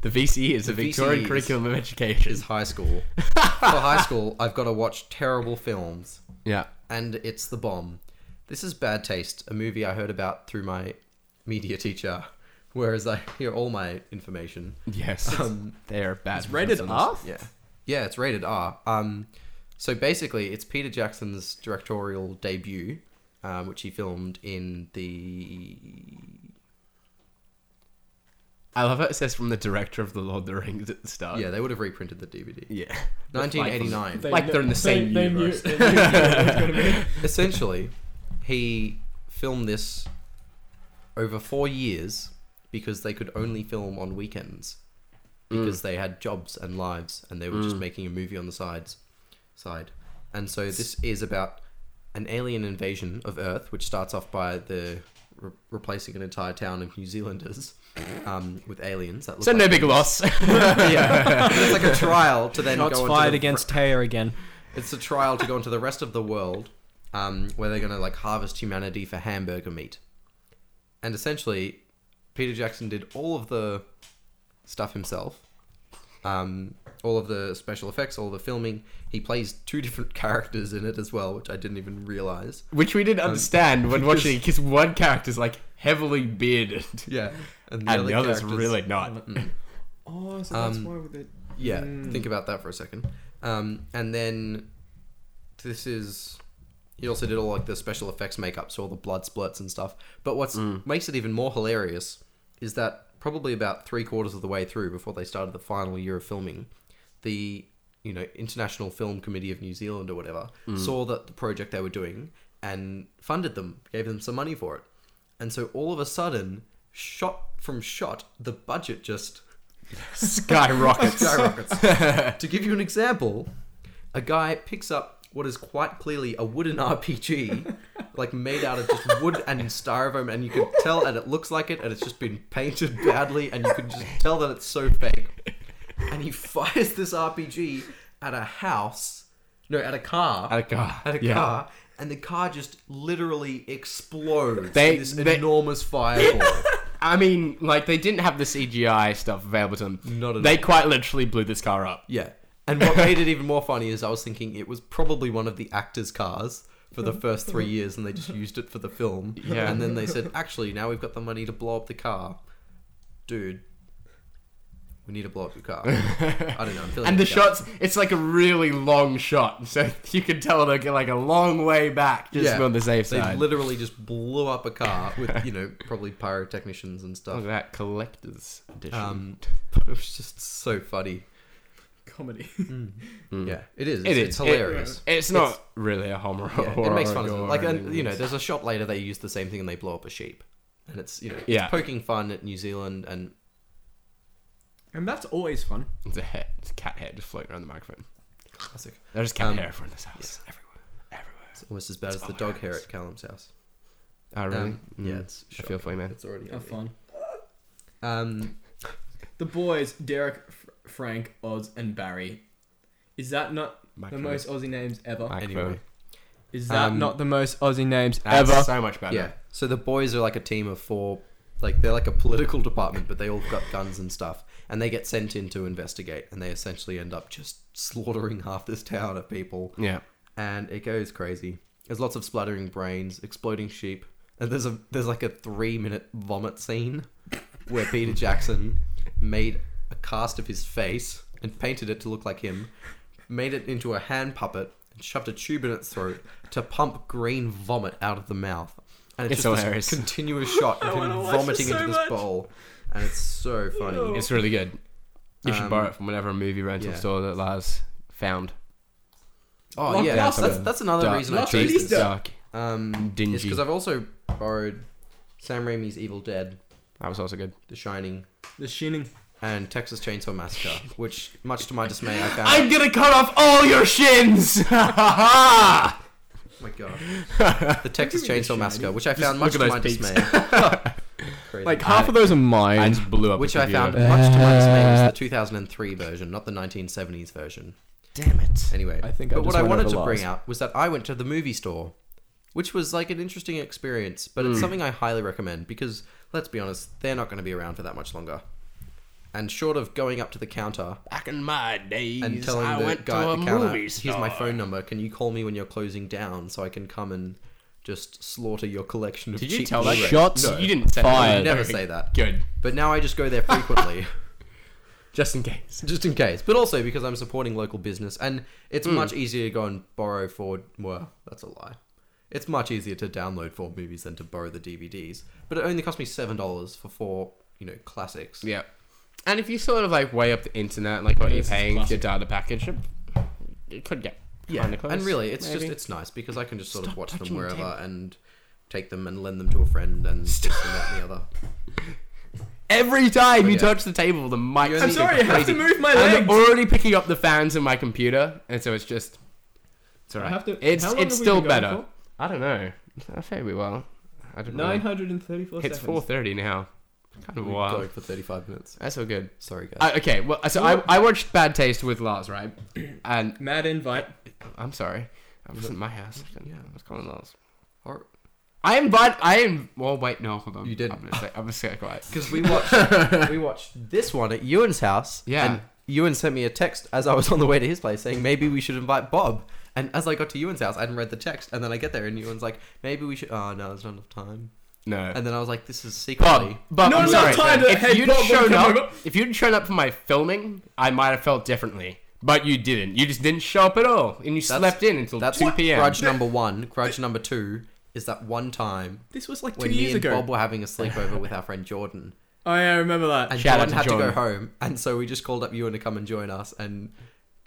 S1: The VCE is the,
S2: The
S1: Victorian
S2: VCE is-
S1: Curriculum of Education.
S2: is high school. for high school, I've got to watch terrible films,
S1: yeah.
S2: and it's the bomb. This is Bad Taste, a movie I heard about through my media teacher whereas I hear all my information.
S1: Yes.
S2: Um,
S1: they're bad.
S3: It's rated
S1: influence on
S3: R.
S1: us.
S2: Yeah. Yeah, it's rated R. Um, so basically, it's Peter Jackson's directorial debut, um, which he filmed in the.
S1: I love how it says from the director of The Lord of the Rings at the start.
S2: Yeah, they would have reprinted the DVD.
S1: Oh. Yeah.
S2: 1989.
S1: Like they're in the same
S6: they knew-
S1: universe.
S6: they knew it was gonna be.
S2: Essentially, he filmed this over four years because they could only film on weekends
S1: Mm.
S2: because they had jobs and lives and they were just making a movie on the sides side. And so this is about an alien invasion of Earth, which starts off by the re- replacing an entire town of New Zealanders um, with aliens. That look
S1: So
S2: like
S1: no big loss.
S2: yeah, it's like a trial to then
S3: Shots
S2: go on to
S3: fired
S2: the-
S3: against Taya again.
S2: it's a trial to go into the rest of the world, um, where they're going to like harvest humanity for hamburger meat. And essentially, Peter Jackson did all of the stuff himself, um, all of the special effects, all the filming. He plays two different characters in it as well, which I didn't even realize.
S1: Which we
S2: Um,
S1: didn't understand when watching it because one character's like heavily bearded
S2: Yeah, and the
S1: and the
S2: other
S1: other's
S2: characters-
S1: really not.
S6: Oh, so that's
S2: Um,
S6: why with it.
S2: Yeah, think about that for a second. Um, and then this is he also did all like the special effects makeup, so all the blood splurts and stuff. But what makes it even more hilarious is that probably about three quarters of the way through, before they started the final year of filming, the you know International Film Committee of New Zealand or whatever saw that the project they were doing and funded them, gave them some money for it, and so all of a sudden, shot from shot, the budget just
S1: Skyrockets.
S2: skyrockets. to give you an example, a guy picks up what is quite clearly a wooden RPG, like made out of just wood and styrofoam, and you can tell and it looks like it, and it's just been painted badly, and you can just tell that it's so fake. And he fires this RPG at a house, no, at a car,
S1: At a car,
S2: at a
S1: yeah.
S2: car, and the car just literally explodes
S1: They-
S2: in this
S1: they-
S2: enormous fireball.
S1: I mean, like they didn't have the CGI stuff available to them.
S2: Not at
S1: they
S2: all.
S1: quite literally blew this car up.
S2: Yeah. And what made it even more funny is I was thinking it was probably one of the actors' cars for the first three years and they just used it for the film.
S1: Yeah.
S2: And then they said, actually, now we've got the money to blow up the car. Dude, we need to blow up your car. I don't know. I'm feeling
S1: And the
S2: like that.
S1: shots, it's like a really long shot, so you can tell they're like a long way back just on the safe
S2: They
S1: side.
S2: literally just blew up a car with, you know, probably pyrotechnicians and stuff.
S1: Look at that collector's edition.
S2: Um, but it was just so funny.
S6: Comedy.
S2: Yeah, it is.
S1: Hmm. it is
S2: it's, it's hilarious.
S1: It- it's not really a horror.
S2: Yeah, it makes fun of them. Like, and, you know, there's a shot later they use the same thing and they blow up a sheep, and it's you know, it's
S1: Yeah.
S2: poking fun at New Zealand and
S3: And that's always fun.
S1: it's a head, it's a cat hair just floating around the microphone.
S2: classic.
S1: There's cat
S2: Um,
S1: hair everywhere in this house. Everywhere,
S2: It's almost as bad as
S1: all
S2: the dog hair
S1: ours.
S2: at Callum's house.
S1: everywhere. Oh really?
S2: Um, yeah, it's
S1: I feel for you, man.
S2: It's already
S6: Have fun.
S2: um,
S6: The boys, Derek, F- Frank, Oz, and Barry. Is that not the
S1: Microphone.
S6: most Aussie names ever?
S1: Microphone.
S2: anyway.
S3: Is that
S2: Um,
S3: not the most Aussie names
S1: That's
S3: ever?
S1: so much better.
S2: yeah. So the boys are like a team of four, like they're like a political department, but they all got guns and stuff, and they get sent in to investigate, and they essentially end up just slaughtering half this town of people.
S1: Yeah.
S2: and it goes crazy. There's lots of spluttering brains, exploding sheep, and there's a there's like a three minute vomit scene where Peter Jackson made a cast of his face and painted it to look like him, made it into a hand puppet and shoved a tube in its throat to pump green vomit out of the mouth. And it's,
S1: It's
S2: just
S1: hilarious.
S2: this continuous shot of him vomiting into this bowl, and it's so funny.
S1: It's really good. You should
S2: Um,
S1: borrow it from whatever movie rental
S2: yeah.
S1: store that Lars found.
S2: Oh
S6: Lock
S2: yeah,
S6: down
S2: that's,
S6: some of
S2: that's,
S1: them.
S2: that's another
S1: Dark-
S2: reason I
S6: Lock
S2: chose
S6: these
S1: Jesus,
S2: this.
S6: down.
S1: dark.
S2: Um,
S1: Dingy.
S2: because I've also borrowed Sam Raimi's Evil Dead,
S1: That was also good.
S2: The Shining,
S6: The Shining.
S2: and Texas Chainsaw Massacre, which, much to my dismay, I found.
S1: I'm gonna cut off all your shins. Ha ha
S2: Oh my god, the Texas Chainsaw Massacre, which I found much
S1: look
S2: to
S1: at
S2: my
S1: those peaks.
S2: dismay. Crazy.
S3: like half of those are mine.
S1: I just blew up.
S2: which
S1: the
S2: I found
S1: computer.
S2: much to my dismay was the 2003 version, not the 1970s version.
S1: Damn it.
S2: Anyway,
S3: I think I
S2: but
S3: just
S2: what I
S3: went
S2: wanted
S3: over
S2: to bring
S3: last.
S2: out was that I went to the movie store, which was like an interesting experience, but
S3: Hmm.
S2: it's something I highly recommend because let's be honest, they're not going to be around for that much longer. And short of going up to the counter
S1: Back in my days,
S2: and telling
S1: I
S2: the
S1: went
S2: guy
S1: to a
S2: at the counter,
S1: movie
S2: "Here's my phone number. Can you call me when you're closing down so I can come and just slaughter your collection of
S1: Did you
S2: cheap
S1: tell that?
S2: Blu-rays.
S3: Shots
S1: No, you didn't say
S3: fired.
S1: that.
S2: I never
S1: Okay.
S2: say that.
S1: Good.
S2: But now I just go there frequently.
S1: Just in case.
S2: just in case. But also because I'm supporting local business, and it's
S1: Hmm.
S2: much easier to go and borrow for. Well, that's a lie. It's much easier to download four movies than to borrow the DVDs. But it only cost me seven dollars for four, you know, classics.
S1: Yeah. And if you sort of like weigh up the internet, like what
S6: Yeah,
S1: you're
S6: this is
S1: paying for your
S6: classic.
S1: data package, it- it could get
S2: yeah.
S1: kind of close.
S2: and really, it's
S1: maybe.
S2: just it's nice because I can just sort
S1: Stop
S2: of watch them
S1: touching the
S2: wherever
S1: table.
S2: and take them and lend them to a friend and this and that and the other.
S1: every time
S2: But
S1: you
S2: yeah.
S1: touch the table, the mic.
S2: You
S1: is
S2: only- I'm sorry, I
S1: crazy.
S3: move my
S1: I'm already picking up the fans in my computer, and so it's just. It's
S6: I
S1: alright.
S6: have to-
S1: It's
S6: how long
S1: it's
S6: have we
S1: still
S6: been going
S1: better. I don't know. I fairly well. I
S6: for?
S1: don't know.
S6: 934
S1: It's
S6: seconds.
S1: four thirty now. Kind of
S2: We
S1: wild.
S2: go for thirty-five minutes.
S1: That's all good.
S2: Sorry, guys.
S1: I, okay, well, so I, I watched Bad Taste with Lars, right? And
S6: Mad invite.
S1: I'm sorry, I was in my house. Yeah, I was calling Lars.
S2: Or-
S1: I invite. I am. Well, wait, no, hold on.
S2: You didn't.
S1: I'm gonna say. I'm gonna say it quiet.
S2: Because we watched we watched this one at Ewan's house.
S1: Yeah.
S2: And Ewan sent me a text as I was on the way to his place saying maybe we should invite Bob. And as I got to Ewan's house, I hadn't read the text, and then I get there and Ewan's like, maybe we should. Oh no, there's not enough time.
S1: No.
S2: And then I was like, this is secretly.
S1: Bob, Bob,
S3: No,
S1: I'm
S3: no,
S1: sorry.
S3: time to-
S1: if
S3: hey,
S1: you'd
S3: Bob, Bob,
S1: shown up,
S3: come over.
S1: if you'd shown up for my filming, I might have felt differently. But you didn't. You just didn't show up at all, and you
S2: That's-
S1: slept in until
S2: That's
S1: two p.m.
S2: grudge number one. Grudge number two is that one time
S3: This was like two
S2: when me
S3: years
S2: and
S3: ago.
S2: Bob were having a sleepover with our friend Jordan.
S3: oh yeah, I remember that.
S2: And
S1: Shout out
S2: Jordan
S1: to
S2: had to go
S1: Jordan.
S2: home, and so we just called up Ewan to come and join us. And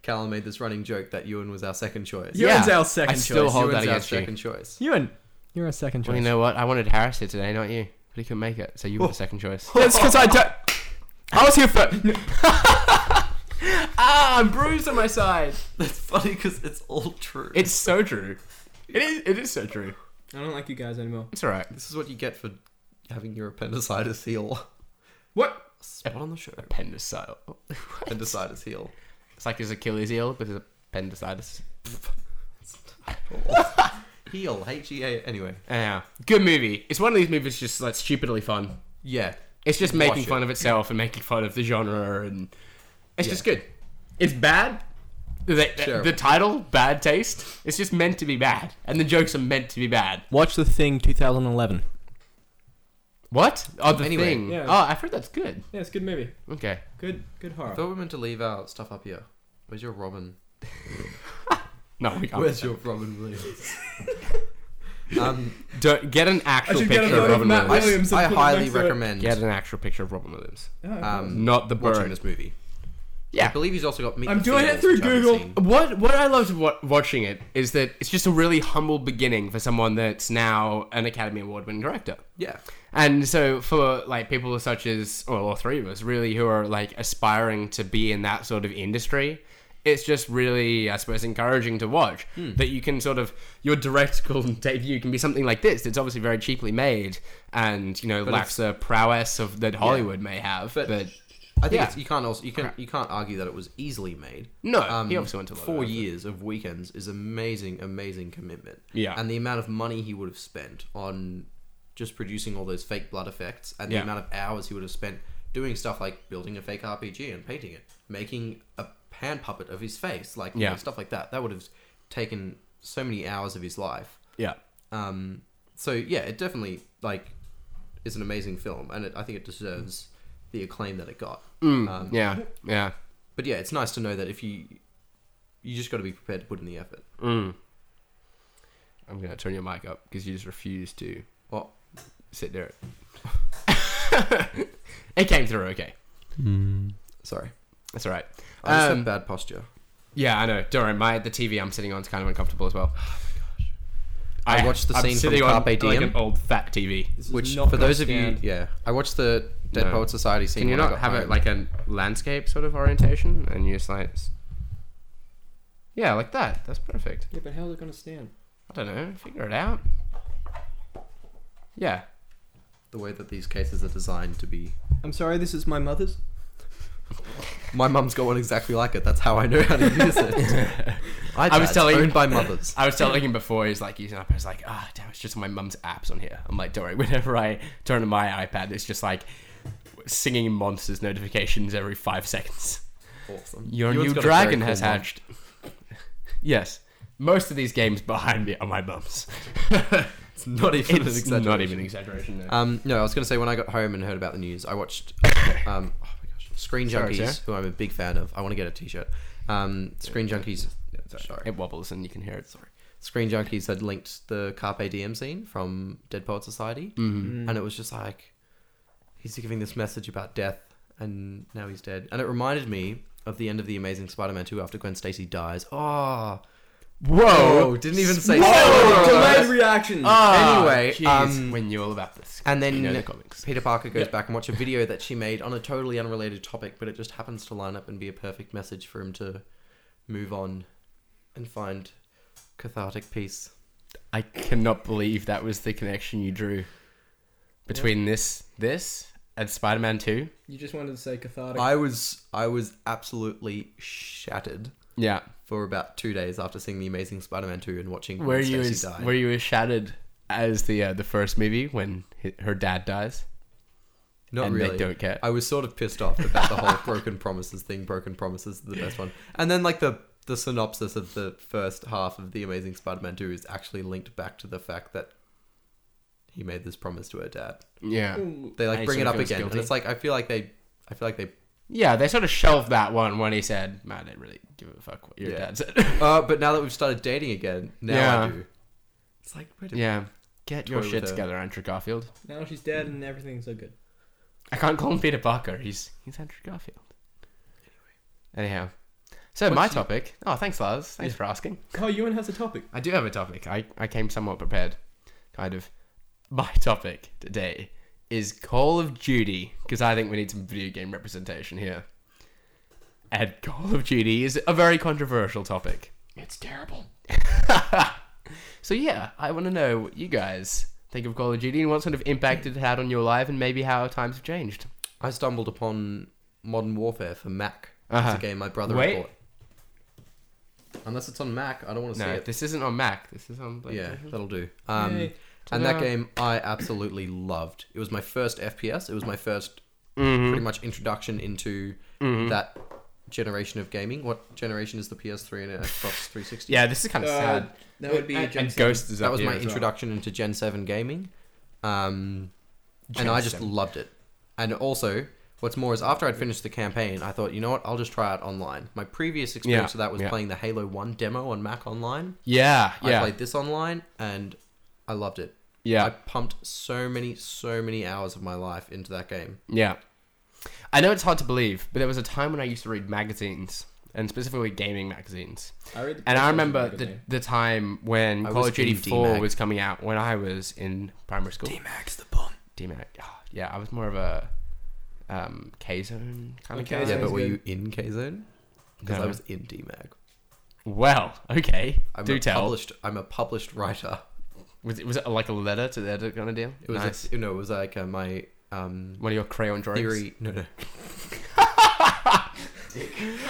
S2: Callum made this running joke that Ewan was our second choice.
S3: Yeah. Ewan's our second
S1: I still
S3: choice.
S1: hold
S2: Ewan's
S1: that
S2: our
S1: against you.
S2: second choice.
S3: Ewan, you're a second
S1: Well,
S3: choice.
S1: you know what? I wanted Harris here today, not you, but he couldn't make it, so you were the second choice.
S3: Oh. That's because I don't. I was here for.
S1: ah, I'm bruised on my side.
S2: That's funny because it's all true.
S1: It's so true. It is. It is so true.
S6: I don't like you guys anymore.
S1: It's all right.
S2: this is what you get for having your appendicitis heal.
S3: What?
S2: Spot on the show.
S1: Appendicitis.
S2: Appendicitis heal.
S1: It's like his Achilles heel, but his appendicitis.
S2: Heal. H E A. Anyway.
S1: Anyhow, good movie. It's one of these movies just like stupidly fun.
S2: Yeah.
S1: It's just
S2: Watch
S1: making
S2: it.
S1: fun of itself and making fun of the genre, and it's
S2: Yeah.
S1: just good. It's bad. The, the-
S2: Sure.
S1: the title, Bad Taste, it's just meant to be bad, and the jokes are meant to be bad.
S3: Watch the thing, 2011.
S1: What? Oh, the
S2: Anyway,
S1: thing.
S6: yeah.
S1: Oh, I heard that's good.
S6: Yeah, it's a good movie.
S1: Okay.
S6: Good, good
S2: I
S6: horror.
S2: thought we meant to leave our stuff up here. Where's your Robin?
S1: No, we can't.
S2: Where's your Robin Williams? um,
S1: Don't, get an actual
S6: should get
S1: picture
S6: a photo
S1: of
S6: of
S1: Robin
S6: Matt
S1: Williams.
S6: Williams and
S2: I
S6: put it
S2: highly
S6: next to it.
S2: recommend
S1: Get an actual picture of Robin Williams,
S6: Oh, okay.
S2: um,
S1: not the
S2: watching
S1: bird.
S2: this movie. I
S1: Yeah.
S2: believe he's also got Meet
S3: I'm
S2: the
S3: doing it
S2: Feebles,
S3: through
S2: which I haven't
S3: Google.
S2: seen.
S1: What what I loved wa- watching it is that it's just a really humble beginning for someone that's now an Academy Award winning director.
S2: Yeah.
S1: And so for like people such as well, all three of us really who are like aspiring to be in that sort of industry, it's just really I suppose encouraging to watch
S2: Hmm.
S1: that you can sort of your directorial debut can be something like this that's obviously very cheaply made and you know lacks the prowess of that Hollywood may have, but,
S2: But- I think
S1: Yeah.
S2: it's, you can't also you can you can't argue that it was easily made. Um,
S1: No, he obviously went to a lot of
S2: four
S1: effort.
S2: years of weekends is amazing, amazing commitment.
S1: Yeah.
S2: and the amount of money he would have spent on just producing all those fake blood effects, and
S1: Yeah.
S2: the amount of hours he would have spent doing stuff like building a fake RPG and painting it, making a hand puppet of his face, like you
S1: Yeah.
S2: know, stuff like that. That would have taken so many hours of his life.
S1: yeah.
S2: Um, so yeah, it definitely like is an amazing film, and it, I think it deserves the acclaim that it got. Um,
S1: Mm, Yeah. Yeah.
S2: but yeah, it's nice to know that if you you just got to be prepared to put in the effort.
S1: Mm. I'm gonna turn your mic up because you just refuse to
S2: Well,
S1: sit there. it came through okay.
S2: sorry,
S1: That's all right.
S2: I just
S1: Um,
S2: have bad posture.
S1: Yeah, I know. Don't worry. My the TV I'm sitting on is kind of uncomfortable as well.
S2: I watched the
S1: I'm
S2: scene from
S1: sitting on,
S2: Carpe
S1: Like
S2: Diem.
S1: an old fat TV.
S2: Which,
S6: not
S2: for
S6: gonna
S2: those of you,
S6: stand.
S2: yeah, I watched the Dead
S1: No.
S2: Poet Society scene.
S1: Can you
S2: when I
S1: not
S2: got
S1: have
S2: home.
S1: it like a landscape sort of orientation and you just like, s- yeah, like that? That's perfect.
S6: yeah, but how's it gonna stand?
S1: I don't know. Figure it out. Yeah.
S2: the way that these cases are designed to be?
S3: I'm sorry, this is my mother's.
S2: My mum's got one exactly like it. That's how I know how to use it. I
S1: was telling-
S2: owned by mothers.
S1: I was telling him before he's like using up. I was like, ah, damn, it's just my mum's apps on here. I'm like, don't worry. Whenever I turn on my iPad, it's just like singing monsters notifications every five seconds.
S2: awesome.
S1: Your
S2: Ewan's
S1: new
S2: got a very
S1: dragon
S2: cool
S1: has
S2: mum.
S1: hatched. yes. Most of these games behind me are my bums.
S2: It's not even an
S1: It's
S2: exaggeration.
S1: not even an exaggeration. Uh, No.
S2: Um, no, I was going to say when I got home and heard about the news, I watched um, oh my gosh, Screen
S1: Sorry,
S2: Junkies,
S1: Sarah.
S2: who I'm a big fan of. I want to get a T-shirt. Um, Screen Junkies. Sorry.
S1: it wobbles and you can hear it. Sorry.
S2: Screen Junkies had linked the Carpe Diem scene from Dead Poet Society, and it was just like he's giving this message about death, and now he's dead. And it reminded me of the end of the Amazing Spider-Man 2 after Gwen Stacy dies. Oh,
S1: Whoa!
S2: oh, didn't even say.
S3: Whoa!
S2: spoiler.
S3: Delayed reaction.
S1: Oh!
S2: Anyway,
S1: jeez,
S2: um,
S1: we knew all about this.
S2: And then
S1: You know the comics.
S2: Peter Parker goes back and watch a video that she made on a totally unrelated topic, but it just happens to line up and be a perfect message for him to move on and find cathartic peace.
S1: I cannot believe that was the connection you drew between this, this, and Spider-Man Two.
S6: You just wanted to say cathartic.
S2: I was I was absolutely shattered
S1: Yeah.
S2: for about two days after seeing The Amazing Spider-Man 2 and watching
S1: Were
S2: Gwen
S1: you
S2: Stacy
S1: as
S2: die.
S1: were you as shattered as the uh, the first movie when hi her dad dies?
S2: Not
S1: and they
S2: really.
S1: don't care.
S2: I was sort of pissed off about the whole broken promises thing. Broken promises is the best one. And then like the the synopsis of the first half of the Amazing Spider-Man 2 is actually linked back to the fact that he made this promise to her dad.
S1: Yeah.
S2: They like
S1: And he
S2: bring it
S1: sort of
S2: up
S1: feels
S2: again,
S1: guilty.
S2: and it's like I feel like they, I feel like they.
S1: Yeah, they sort of shelved that one when he said, "Man, I didn't really give a fuck what your
S2: Yeah.
S1: dad said."
S2: Uh, but now that we've started dating again, now I
S1: Yeah.
S2: do. It's like wait a
S1: yeah. Get your
S2: Toy with
S1: shit
S2: her.
S1: together, Andrew Garfield.
S6: now she's dead and everything's so good.
S1: I can't call him Peter Parker. He's he's Andrew Garfield. Anyhow, so my topic. Oh, thanks, Lars. Thanks for asking.
S6: Oh, Ewan has a topic.
S1: I do have a topic. I, I came somewhat prepared, kind of. My topic today is Call of Duty, because I think we need some video game representation here. And Call of Duty is a very controversial topic. It's terrible. so, yeah, I want to know what you guys think of Call of Duty and what sort of impact it had on your life and maybe how times have changed.
S2: I stumbled upon Modern Warfare for Mac.
S1: Uh-huh.
S2: It's a game my brother
S1: Wait.
S2: bought. Unless it's on Mac, I don't want to see
S1: No,
S2: it.
S1: this isn't on Mac. This is on.
S2: yeah,
S1: PlayStation.
S2: that'll do. Um,
S6: Yay.
S2: and that
S1: Ta-da.
S2: game I absolutely loved. It was my first FPS. It was my 1st
S1: Mm-hmm.
S2: pretty much introduction into that generation of gaming. What generation is the PS3 and Xbox 360?
S1: Yeah, this is kind of
S6: Uh,
S1: sad.
S6: that would be
S1: and,
S6: Gen
S1: and
S6: 7.
S1: Ghost is
S2: that
S1: up
S2: was
S1: here
S2: my
S1: as well.
S2: introduction into Gen 7 gaming. Um, and I just
S1: Gen 7.
S2: loved it. And also, what's more is after I'd finished the campaign, I thought, you know what, I'll just try it online. My previous experience
S1: Yeah,
S2: of that was
S1: yeah.
S2: playing the Halo 1 demo on Mac Online.
S1: Yeah,
S2: I
S1: yeah,
S2: played this online and I loved it.
S1: yeah.
S2: I pumped so many, so many hours of my life into that game.
S1: Yeah. I know it's hard to believe, but there was a time when I used to read magazines, and specifically gaming magazines.
S6: I read the
S1: And I
S6: PlayStation
S1: remember the,
S6: magazine.
S1: the time when
S2: I
S1: Call
S2: was
S1: of Duty
S2: in
S1: 4
S2: DMag.
S1: was coming out when I was in primary school.
S3: Max the bomb.
S1: DMAC. Oh, yeah, I was more of a um, K Zone kind
S6: Okay,
S1: of guy.
S6: yeah,
S2: Yeah, but were
S6: good.
S2: you in K Zone? Because
S1: No.
S2: I was in DMAG.
S1: Well, okay.
S2: I'm
S1: Do
S2: a
S1: tell.
S2: Published, I'm a published writer.
S1: Was, it, was it like a letter to the editor kind of deal?
S2: It was
S1: nice.
S2: like, no, it was like uh, my um,
S1: One of your crayon drawings.
S2: theory. No, no.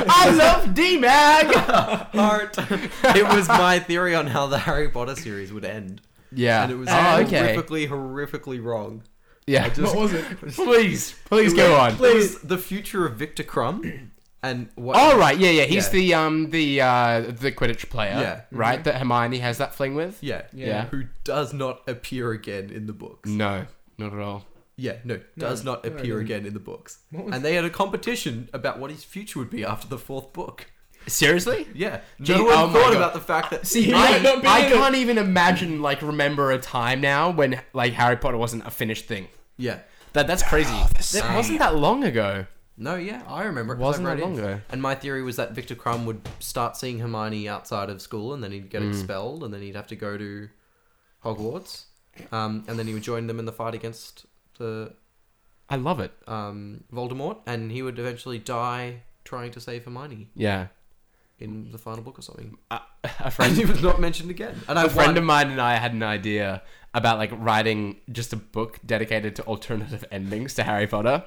S1: I love DMAG!
S2: Art. it was my theory on how the Harry Potter series would end,
S1: yeah.
S2: and it was
S1: oh, okay.
S2: horrifically, horrifically wrong.
S1: Yeah.
S6: was it?
S1: please, please go on.
S2: It was the future of Victor Crumb, and what?
S1: Oh right, yeah, yeah. He's
S2: Yeah.
S1: the um the uh the Quidditch player,
S2: Yeah. Mm-hmm.
S1: right? That Hermione has that fling with.
S2: Yeah,
S1: Yeah.
S2: Who does not appear again in the books?
S1: No, not at all.
S2: Yeah, no, does not
S6: I
S2: appear
S6: didn't.
S2: again in the books.
S6: What was-
S2: And they had a competition about what his future would be after the fourth book.
S1: Seriously?
S2: Yeah,
S1: Gee,
S2: no one
S1: oh my
S2: thought
S1: God.
S2: about the fact that
S1: See,
S6: might
S1: I,
S6: not be
S1: I
S6: in it.
S1: can't even imagine like remember a time now when like Harry Potter wasn't a finished thing.
S2: Yeah.
S1: That that's crazy.
S2: Oh,
S1: That wasn't that long ago.
S2: No, yeah, I remember. It
S1: Wasn't
S2: I read
S1: that long
S2: it.
S1: ago.
S2: And my theory was that Victor Crumb would start seeing Hermione outside of school, and then he'd get expelled, and then he'd have to go to Hogwarts, um, and then he would join them in the fight against the
S1: I love it.
S2: um, Voldemort, and he would eventually die trying to save Hermione
S1: Yeah.
S2: in the final book or something.
S1: A, a
S2: And he
S1: friend,
S2: was not mentioned again. And I
S1: a friend
S2: won.
S1: of mine and I had an idea about like writing just a book dedicated to alternative endings to Harry Potter.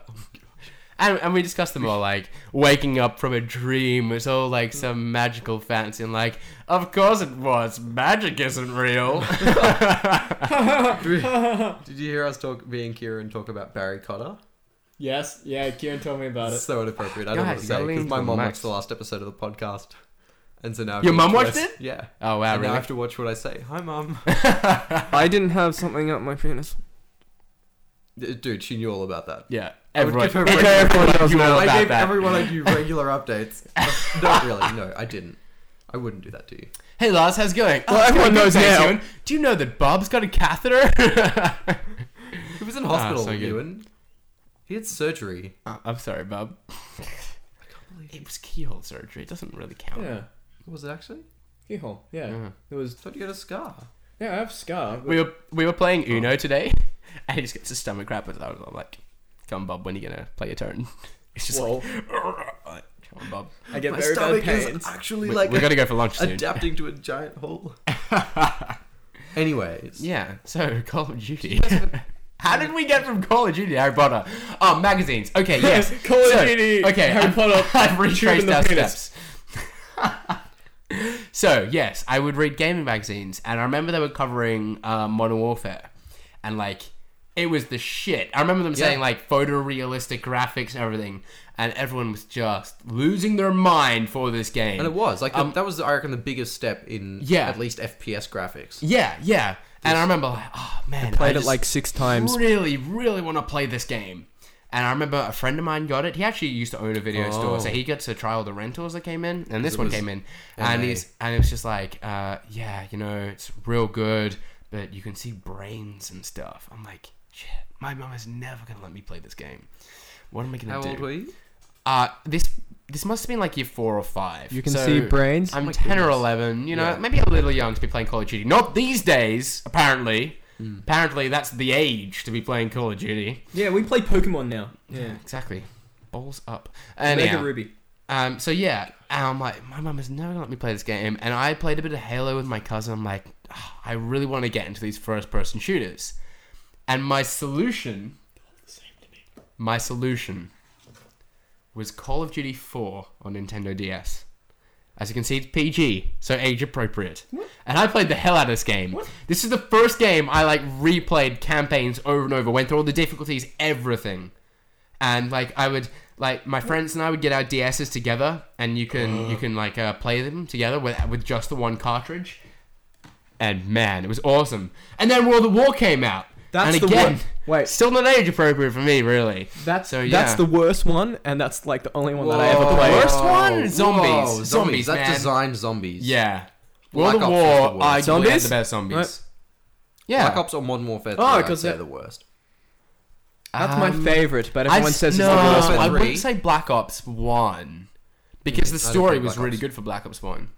S1: And, and we discussed them all, like waking up from a dream. It's all like some magical fancy, and like, of course it was. Magic isn't real.
S2: Did you hear us talk, me and Kieran talk about Barry Cotter?
S6: Yes. Yeah. Kieran told me about it.
S2: so inappropriate. I don't
S1: Guys,
S2: want to
S1: you
S2: say
S1: gotta lean
S2: because my
S1: into
S2: mom
S1: Max.
S2: watched the last episode of the podcast, And so now I've
S1: Your
S2: got
S1: mum
S2: to
S1: watched
S2: rest-
S1: it?
S2: Yeah.
S1: Oh wow,
S2: and now I
S1: really?
S2: have to watch what I say. Hi, mum.
S3: I didn't have something up my penis.
S2: Dude, she knew all about that.
S1: yeah.
S2: I would
S1: Everyone,
S2: give her
S1: everyone,
S2: regular-
S1: knows all
S2: I
S1: about
S2: gave
S1: that.
S2: everyone I knew regular updates. Not really. No, I didn't. I wouldn't do that to you.
S1: Hey Lars, how's it going? Oh,
S3: Well,
S1: it's
S3: everyone
S1: going good,
S3: knows
S1: thanks,
S3: now.
S1: Ewan. Do you know that Bob's got a catheter?
S2: He was in
S1: Ah,
S2: hospital,
S1: so good.
S2: Ewan. He had surgery.
S1: Uh, I'm sorry, Bob. It was keyhole surgery. It doesn't really count.
S6: Yeah.
S2: Was it actually?
S6: Keyhole. Yeah.
S1: Yeah.
S6: It was.
S2: I thought you had a scar.
S6: Yeah, I have scar. but-
S1: We were we were playing Uno today, and he just gets a stomach cramp. And I'm like, "Come, on, Bob, when are you gonna play your turn?" It's just
S6: Whoa.
S1: like, "Come on, Bob.
S6: I get
S2: My
S6: very bad
S2: stomach
S6: pains.
S2: is actually
S1: We,
S2: like
S1: we gotta go for lunch soon."
S2: adapting to a giant hole. Anyways,
S1: Yeah. So Call of Duty. How did we get from Call of Duty to Harry Potter? Oh, magazines. Okay, yes.
S6: Call of
S1: So,
S6: Duty,
S1: Okay,
S6: Harry
S1: I've-
S6: Potter,
S1: I've
S6: shooting
S1: retraced
S6: the
S1: our
S6: penis.
S1: steps. so yes, I would read gaming magazines, and I remember they were covering uh, Modern Warfare, and like it was the shit. I remember them saying like photorealistic graphics and everything, and everyone was just losing their mind for this game.
S2: and it was like the, that was I reckon the biggest step
S1: Um,
S2: in
S1: Yeah.
S2: at least FPS graphics.
S1: Yeah, yeah. And I remember like, oh man,
S3: Played
S1: I
S3: it like six times.
S1: really, really want to play this game. And I remember a friend of mine got it. He actually used to own a video store,
S3: Oh.
S1: so he gets to try all the rentals that came in. And this one came in, and
S2: MA.
S1: he's and it was just like, uh, yeah, you know, it's real good, but you can see brains and stuff. I'm like, shit, my mum is never gonna let me play this game. What am I gonna
S2: How
S1: do?
S2: old were you?
S1: Uh, this this must have been like year four or five.
S3: You can
S1: So
S3: see brains.
S1: I'm ten or eleven. You know, maybe a little young to be playing Call of Duty. Not these days, apparently. Apparently, that's the age to be playing Call of Duty.
S6: Yeah, we play Pokemon now. Yeah.
S1: Exactly. Balls up.
S6: Mega
S1: Anyhow,
S6: Ruby.
S1: um, so yeah, and I'm like, my mum has never gonna let me play this game, and I played a bit of Halo with my cousin. I'm like, "Ah, I really want to get into these first-person shooters, and my solution, my solution, was Call of Duty 4 on Nintendo DS. As you can see, it's PG, so age appropriate. And I played the hell out of this game. This is the first game I like replayed campaigns over and over, went through all the difficulties, everything. And like I would like my friends and I would get our DSs together, and you can you can like uh, play them together with with just the one cartridge. And man, it was awesome. And then World of War came out.
S3: That's
S1: and
S3: the
S1: again,
S3: one- wait.
S1: still not age appropriate for me, really.
S3: That's
S1: So,
S3: that's
S1: yeah.
S3: the worst one, and that's like the only one that I
S1: Whoa.
S3: ever
S1: The
S3: played.
S1: worst one? Zombies.
S2: Whoa,
S1: Zombies,
S2: That
S1: man.
S2: designed zombies.
S1: Yeah.
S2: Black
S1: World of
S2: Ops
S1: War,
S2: is the worst.
S1: I zombies?
S3: Zombies?
S1: the best zombies.
S3: Right.
S1: Yeah.
S2: Black Ops or Modern Warfare. Oh,
S3: Oh, 'cause
S2: because they're
S3: it-
S2: the worst.
S3: That's my
S1: Um,
S3: favorite, but
S1: I'd
S3: everyone
S1: s-
S3: says
S1: no,
S3: it's the worst.
S2: worst one.
S1: I
S2: Three.
S1: wouldn't say Black Ops 1 because the
S2: I don't
S1: story
S2: play
S1: was
S2: Black
S1: really
S2: Ops.
S1: good for Black Ops 1.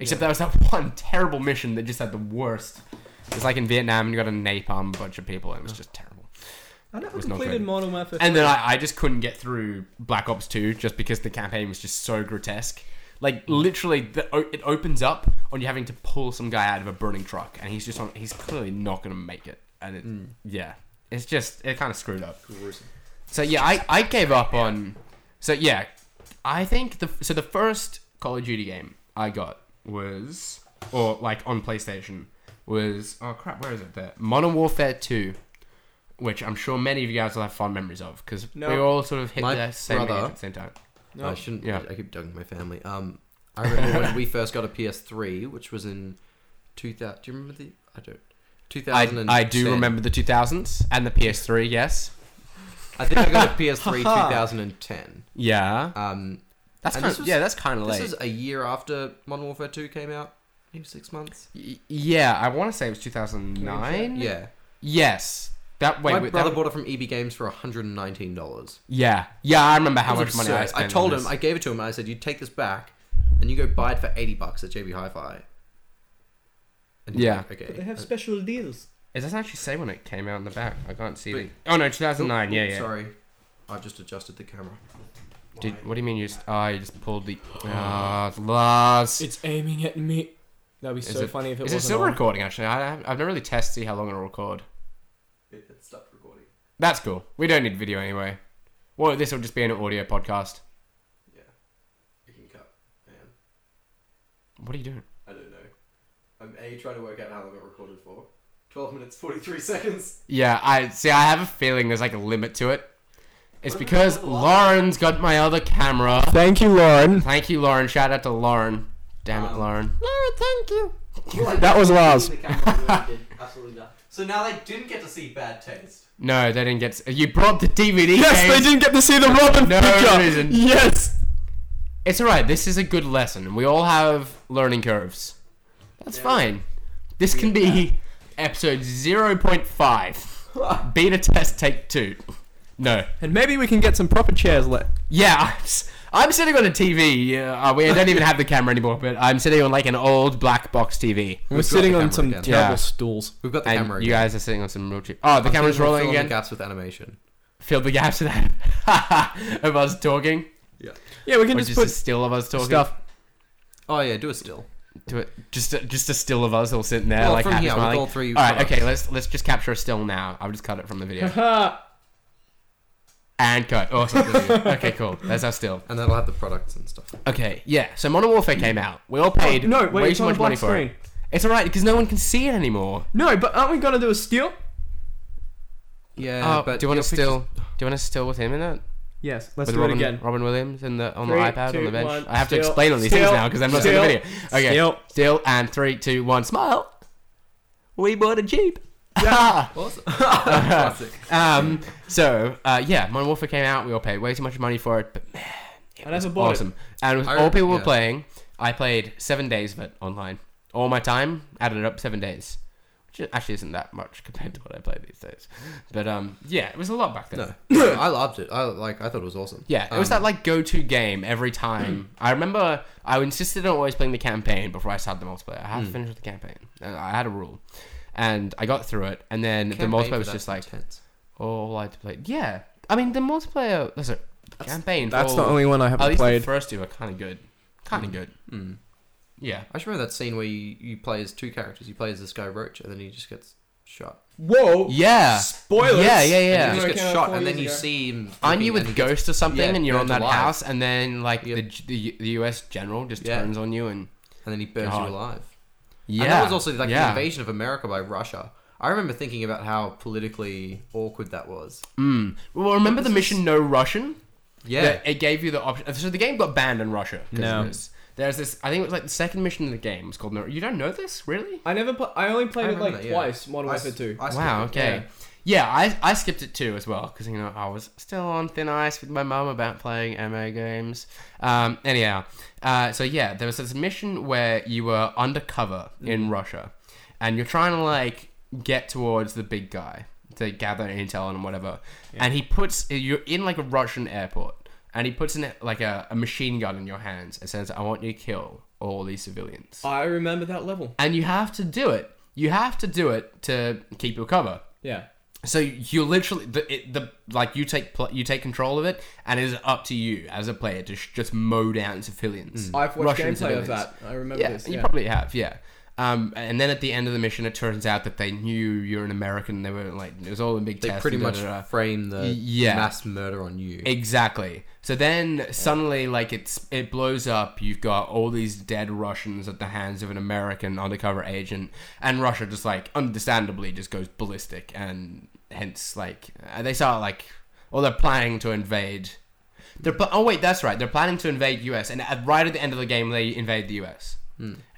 S1: Except there was that one terrible mission that just had the worst. It's like in Vietnam and you got a napalm bunch of people and it was just terrible.
S6: I never
S1: was not
S6: completed
S1: good.
S6: Modern Warfare.
S1: And then I, I just couldn't get through Black Ops 2 just because the campaign was just so grotesque. Like literally, the, o- it opens up on you having to pull some guy out of a burning truck, and he's just on. He's clearly not going to make it, and it, yeah, it's just it kind of screwed up. So yeah, I, I gave up on. So yeah, I think the so the first Call of Duty game I got was or like on PlayStation was oh crap where is it there Modern Warfare Two, which I'm sure many of you guys will have fond memories of because we
S3: No.
S1: all sort of hit
S2: My
S1: the same age
S2: brother-
S1: at the same time.
S2: No, I shouldn't.
S1: Yeah.
S2: I keep talking to my family. Um, I remember when we first got a PS3, which was in 2000. Do you remember the? I don't. 2000.
S1: I, I do remember the 2000s and the PS3. Yes.
S2: I think I got a PS3 2010.
S1: Yeah.
S2: Um,
S1: That's
S2: And
S1: kind of
S2: this was-
S1: yeah. That's kind of
S2: this
S1: late.
S2: is a year after Modern Warfare 2 came out. Maybe six months.
S1: Y- yeah, I want to say it was 2009.
S6: Mm-hmm.
S2: Yeah.
S1: Yes. That wait.
S2: My
S1: wait, that-
S2: brother bought it from EB Games for $119.
S1: Yeah, yeah, I remember how
S2: It
S1: much
S2: was
S1: money I
S2: absurd.
S1: spent. on
S2: told
S1: this.
S2: him, I gave it to him, and I said, you take this back, and you go buy it for 80 bucks at JB Hi Fi.
S1: Yeah.
S2: okay. Uh,
S6: they have special deals.
S1: It doesn't actually say when it came out in the back. I can't see. it. Oh no, 2009. Yeah, yeah.
S2: Sorry. I've just adjusted the camera.
S1: Did, what do you mean? You just oh, you just pulled the ah last.
S3: It's aiming at me. That'd be
S1: Is
S3: so funny if it
S1: is
S3: was
S1: it still recording? Actually, I have, I've never really tested to see how long it'll record.
S2: It, it stopped recording.
S1: That's cool. We don't need video anyway. Well, this will just be an audio podcast.
S2: Yeah. You can cut. Man.
S1: What are you doing?
S2: I don't know. I'm A, trying to work out how long I recorded for. 12 minutes, 43 seconds.
S1: Yeah, I see. I have a feeling there's like a limit to it. It's because Lauren's got my other camera.
S3: Thank you, Lauren.
S1: Thank you, Lauren. Shout out to Lauren. Damn it,
S7: Um,
S1: Lauren.
S3: Lauren, thank you.
S7: Like,
S3: That was Lars.
S7: the camera really did absolutely not. So now they didn't get to see bad taste.
S1: No, they didn't get. You brought up the DVD.
S3: Yes, they
S1: James.
S3: didn't get to see the Robin
S1: No
S3: picture.
S1: reason.
S3: Yes.
S1: It's alright. This is a good lesson. We all have learning curves. That's fine. This can be episode 0.5. Beta test take two. No.
S3: And maybe we can get some proper chairs lit.
S1: Yeah, I'm, s- I'm sitting on a TV. Uh, we don't even have the camera anymore, but I'm sitting on like an old black box TV.
S3: We're
S2: We've got
S3: sitting
S2: the
S3: on
S2: camera
S3: some
S2: again.
S3: terrible
S1: Yeah.
S3: stools.
S2: We've got the
S1: And
S2: camera.
S1: you
S2: again.
S1: guys are sitting on some real cheap. Oh, the
S2: I
S1: camera's
S2: think we're
S1: rolling
S2: filling the
S1: again.
S2: gaps with animation.
S1: Fill the gaps of that. of us talking.
S2: Yeah.
S3: Yeah, we can
S1: Or
S3: just,
S1: just a still of us
S3: put
S1: talking.
S3: stuff.
S2: Oh yeah, do a still.
S1: to it. Just a, just a still of us all sitting there
S2: Well,
S1: like
S2: from
S1: happy
S2: here, with
S1: smiling.
S2: all three
S1: all right,
S2: products.
S1: okay. Let's let's just capture a still now. I'll just cut it from the video
S6: Ha!
S3: Ah,
S1: and cut. Oh, Awesome. okay, cool. There's our still.
S2: And that'll have the products and stuff.
S1: Okay, yeah. So Modern Warfare came out. We all paid
S3: No, wait,
S1: way
S3: it's
S1: too
S3: on a
S1: much money
S3: black
S1: for it.
S3: screen.
S1: It's all right because no one can see it anymore.
S3: No, but aren't we gonna do a steal?
S2: Yeah,
S3: Uh,
S1: oh,
S2: but
S1: do you want
S2: your
S1: to still? Do you want to still with him in it?
S3: Yes, let's
S1: with
S3: do
S1: Robin,
S3: it again.
S1: Robin Williams in the on
S3: Three,
S1: the iPad on
S3: two,
S1: the bench.
S3: one,
S1: I have to
S3: still,
S1: explain all these
S3: still,
S1: things now because I'm not seeing the
S3: still,
S1: video. Okay,
S3: still.
S1: still and three, two, one. Smile. We bought a jeep.
S2: Awesome. Classic.
S1: Um, so uh, yeah, Modern Warfare came out. We all paid way too much money for it, but man, it
S6: I
S1: was
S6: never bought it.
S1: awesome. And with
S2: I-
S1: all people were
S2: yeah.
S1: playing, I played seven days of it online. All my time added it up seven days, which actually isn't that much compared to what I play these days. But um, yeah, it was a lot back then.
S2: No, I loved it. I like. I thought it was awesome.
S1: Yeah, it was
S2: Um,
S1: that like go-to game every time. I remember I insisted on always playing the campaign before I started the multiplayer. I had
S2: Hmm.
S1: to finish with the campaign. And I had a rule, and I got through it. And then the
S2: campaign for
S1: multiplayer was
S2: that's
S1: just like
S2: intense.
S1: all I had to play. Yeah, I mean the multiplayer. That's a the campaign.
S3: That's
S1: for
S3: the
S1: all-
S3: only one I
S1: At
S3: haven't
S1: least
S3: played.
S1: the first two are kind of good. Kind of good.
S2: Hmm.
S1: Yeah.
S2: I just remember that scene where you, you play as two characters. You play as this guy Roach, and then he just gets shot.
S3: Whoa!
S1: Yeah.
S3: Spoilers.
S1: Yeah, yeah,
S2: And
S1: yeah.
S2: he
S6: Even though
S2: just
S6: it
S2: gets
S6: came out
S2: shot,
S6: four
S2: and then
S6: years
S2: you
S6: ago.
S2: see him.
S1: Aren't you
S2: looking, and
S1: with
S2: he gets-
S1: Ghost or something,
S2: yeah,
S1: and you're on
S2: burnt
S1: that
S2: alive.
S1: house, and then like
S2: Yep.
S1: the the the U- the U.S. general just
S2: Yeah.
S1: turns on you, and
S2: and then he burns
S1: God.
S2: you alive.
S1: yeah,
S2: And that was also like the
S1: yeah.
S2: invasion of America by Russia. I remember thinking about how politically awkward that was.
S1: Mm. Well, remember the mission No Russian?
S2: Yeah.
S1: That It gave you the option. So the game got banned in Russia. 'cause of
S3: No.
S1: this. There's this. I think it was like the second mission in the game was called No. You don't know this, really?
S6: I never. Pl- I only played
S2: I
S6: it like
S2: remember that, yeah.
S6: twice. Modern
S2: I
S6: Warfare
S2: s-
S6: Two.
S2: I skipped
S1: wow.
S2: it.
S1: Okay. Yeah, I, I skipped it too as well because you know I was still on thin ice with my mum about playing MMO games. Um, anyhow, uh, so yeah, there was this mission where you were undercover in
S2: Mm.
S1: Russia, and you're trying to like get towards the big guy to gather intel and whatever. And he puts you're in like a Russian airport, and he puts in like a, a machine gun in your hands and says, "I want you to kill all these civilians."
S2: Oh.
S6: I remember that level.
S1: And you have to do it. You have to do it to keep your cover.
S6: Yeah.
S1: So you literally the it, the like you take pl- you take control of it, and it is up to you as a player to sh- just mow down civilians.
S6: Mm. I've watched
S1: Russian
S6: gameplay
S1: civilians.
S6: of that. I remember
S1: Yeah,
S6: this.
S1: you
S6: Yeah.
S1: probably have. Yeah. Um, and then at the end of the mission, it turns out that they knew you're an American. They were like, it was all a big
S2: They
S1: test.
S2: pretty
S1: and da,
S2: much
S1: da, da.
S2: frame the
S1: Yeah.
S2: mass murder on you.
S1: Exactly. So then suddenly, like it's it blows up. You've got all these dead Russians at the hands of an American undercover agent, and Russia just like understandably just goes ballistic, and hence like uh, they start like or they're planning to invade. They're pl- oh wait, that's right. They're planning to invade U.S. and at, right at the end of the game they invade the U.S.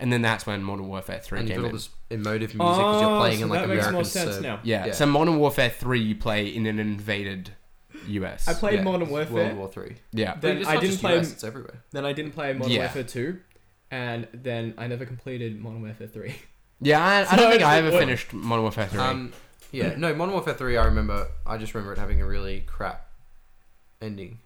S1: And then that's when Modern Warfare Three
S2: and you've
S1: came
S2: got
S1: in.
S2: all this emotive music because
S1: Oh,
S2: you're playing
S6: so
S2: in like
S6: Ah, that
S2: American
S6: makes more sense
S2: sub-
S6: now.
S1: yeah.
S2: Yeah.
S1: So Modern Warfare Three, you play in an invaded U.S.
S6: I played
S2: Yeah,
S6: Modern
S2: it's
S6: Warfare.
S2: World War Three.
S1: yeah.
S6: Then
S2: it's
S6: I
S2: not
S6: didn't
S2: just
S6: play-
S2: US, it's everywhere.
S6: Then I didn't play Modern
S1: Yeah.
S6: Warfare Two, and then I never completed Modern Warfare Three.
S1: Yeah, I, I
S6: So
S1: don't think
S6: it's
S1: I
S6: like,
S1: ever
S6: what-
S1: finished Modern Warfare 3.
S2: Um, yeah, no, Modern Warfare Three. I remember. I just remember it having a really crap ending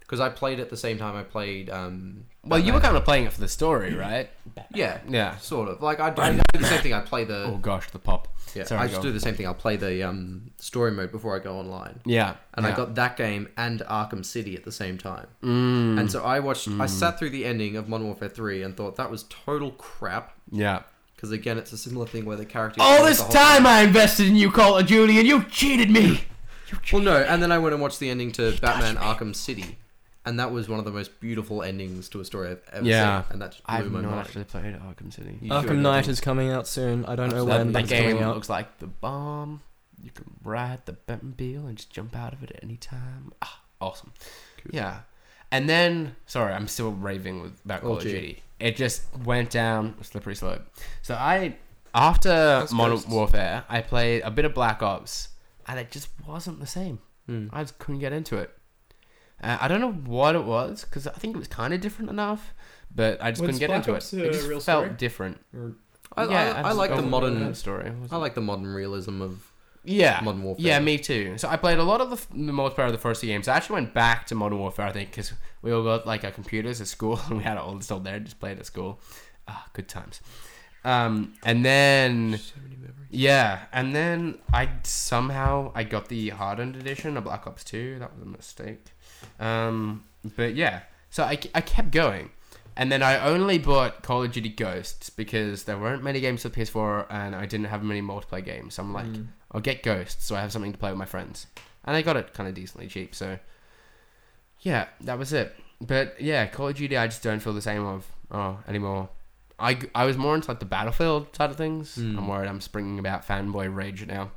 S2: because I played at the same time I played. Um,
S1: well, you were
S2: Batman.
S1: kind of playing it for the story, right?
S2: yeah,
S1: Yeah.
S2: sort of. Like I, I do the same thing. I play the.
S1: Oh gosh, the pop.
S2: yeah,
S1: sorry,
S2: I just
S1: go.
S2: do the same thing. I'll play the um, story mode before I go online.
S1: Yeah.
S2: And
S1: yeah.
S2: I got that game and Arkham City at the same time.
S1: Mm,
S2: And so I watched, I sat through the ending of Modern Warfare 3 and thought that was total crap.
S1: yeah.
S2: Because again, it's a similar thing where the character.
S1: All this time I invested in you, Call of Duty, and you cheated me.
S2: Well, no, and then I went and watched the ending to Batman Arkham City. And that was one of the most beautiful endings to a story I've ever
S1: Yeah.
S2: seen. And that just blew my mind.
S1: played Arkham City.
S2: You should, I
S3: Arkham Knight is coming out soon. I don't know
S1: that,
S3: when
S1: that
S3: that's
S1: game
S3: coming out.
S1: looks like the bomb. You can ride the Batmobile and just jump out of it at any time. Ah, awesome. Yeah. And then, sorry, I'm still raving with, about Call of
S2: gee.
S1: Duty. It just went down a slippery slope. So I, after Modern
S2: ghosts.
S1: Warfare, I played a bit of Black Ops, and it just wasn't the same. I just couldn't get into it. Uh, I don't know what it was because I think it was kind of different enough, but I just
S6: Was
S1: couldn't get
S6: Black
S1: into
S6: Ops
S1: it.
S6: a
S1: It just
S6: real
S1: felt
S6: story?
S1: different.
S6: Or-
S2: I, I, I
S1: just
S2: like the
S1: don't
S2: modern.
S1: know story. It wasn't-
S2: I like the modern realism of
S1: yeah.
S2: Modern Warfare.
S1: Yeah, me too. So I played a lot of the, f- the most part of the first two games. I actually went back to Modern Warfare, I think, because we all got like our computers at school and we had it all installed there. Just played at school. Ah, good times. Um, and then yeah, and then I somehow I got the hardened edition of Black Ops Two. That was a mistake. Um, but yeah, so I, I kept going, and then I only bought Call of Duty Ghosts because there weren't many games for PS4, and I didn't have many multiplayer games. So I'm
S3: Mm.
S1: like,
S6: Mm.
S1: I'll get Ghosts, so I have something to play with my friends, and I got it kind of decently cheap. So yeah, that was it. But yeah, Call of Duty, I just don't feel the same of oh anymore. I, I was more into like the battlefield side of things.
S6: Mm.
S1: I'm worried I'm springing about fanboy rage now,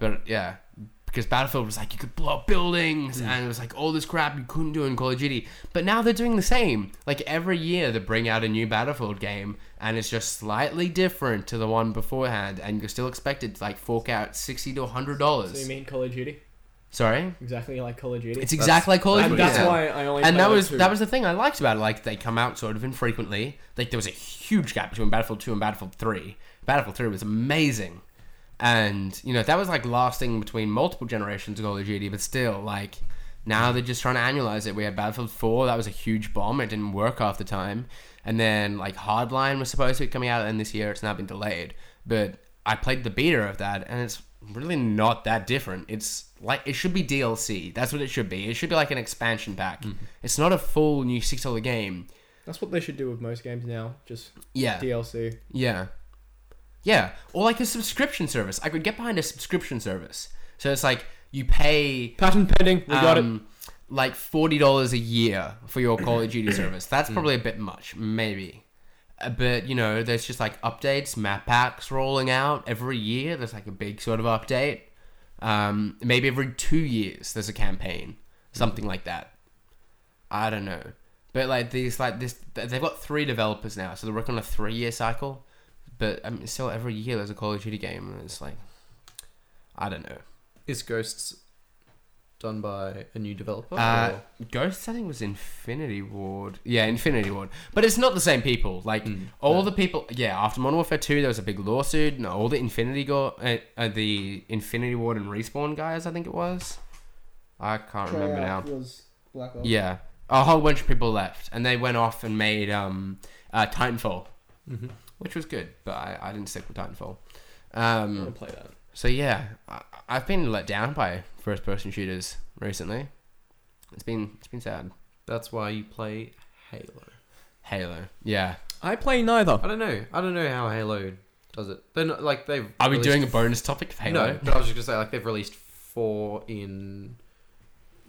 S1: but yeah, because battlefield was like you could blow up buildings
S6: Mm.
S1: and it was like all this crap you couldn't do in Call of Duty. But now they're doing the same. Like every year they bring out a new battlefield game and it's just slightly different to the one beforehand, and you're still expected to like fork out sixty to
S6: So you
S1: hundred dollars.
S6: mean Call of Duty?
S1: Sorry,
S6: Exactly like Call of Duty.
S1: it's exactly like Call of
S6: and
S1: Duty.
S6: that's
S1: now
S6: why I only.
S1: and
S6: play
S1: that
S6: like
S1: was
S6: two.
S1: that was the thing I liked about it. Like they come out sort of infrequently. Like there was a huge gap between Battlefield Two and Battlefield Three. Battlefield Three was amazing, and you know that was like lasting between multiple generations of Call of Duty. But still, like now they're just trying to annualize it. We had Battlefield Four. That was a huge bomb. It didn't work half the time. And then like Hardline was supposed to be coming out in this year. It's now been delayed. But I played the beta of that, and it's really not that different. It's like it should be DLC. That's what it should be. It should be like an expansion pack. It's not a full new six dollar game.
S6: That's what they should do with most games now. Just
S1: Yeah,
S6: DLC.
S1: yeah, yeah. Or like a subscription service. I could get behind a subscription service. So it's like you pay
S3: Patent pending. We got it.
S1: um, like forty dollars a year for your Call of Duty service. That's
S3: Mm.
S1: probably a bit much, maybe. Uh, But you know, there's just like updates, map packs rolling out every year. There's like a big sort of update. Um, maybe every two years there's a campaign, something like that. I don't know, but like these, like this, th- they've got three developers now, so they're working on a three-year cycle. But um, still, every year there's a Call of Duty game, and it's like, I don't know.
S2: Is Ghosts done by a new developer?
S1: Uh,
S2: or-
S1: Ghosts, I think, was Infinity Ward. Yeah, Infinity Ward. But it's not the same people. Like, all the people. Yeah, after Modern Warfare 2, there was a big lawsuit, and all the Infinity Go- uh, uh, the Infinity Ward and Respawn guys, I think it was. I can't remember now.
S6: Was Black Ops.
S1: Yeah. A whole bunch of people left, and they went off and made um, uh, Titanfall, which was good, but I, I didn't stick with Titanfall. Um,
S6: I'll play that.
S1: so yeah, I, I've been let down by first-person shooters recently. It's been it's been sad.
S2: That's why you play Halo.
S1: Halo. Yeah.
S3: I play neither.
S2: I don't know. I don't know how Halo does it. They're not like they've.
S1: Are we
S2: released-
S1: doing a bonus topic for Halo?
S2: No, but I was just gonna say like they've released four in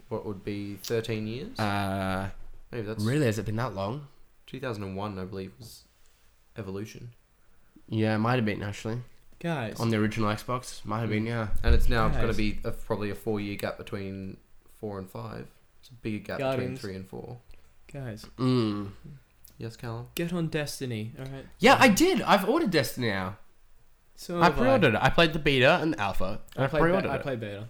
S2: what would be thirteen years.
S1: Uh,
S2: Maybe that's
S1: really? Has it been that long?
S2: two thousand and one. I believe was Evolution,
S1: Yeah, it might have been actually
S6: Guys,
S1: on the original Xbox. Might have been. Yeah.
S2: and it's now
S6: Nice.
S2: going to be a, probably a four-year gap between four and five. It's a bigger gap between
S6: Guardians.
S2: three and four.
S6: guys,
S1: Mm.
S2: Yes, Callum.
S6: get on Destiny. All right.
S1: Yeah, I did. I've ordered Destiny now.
S3: Oh,
S6: So
S1: I
S6: have
S1: pre-ordered it. I played the beta and the alpha.
S6: I,
S1: and I,
S6: played.
S1: pre-ordered
S6: be- I
S1: it.
S6: played beta.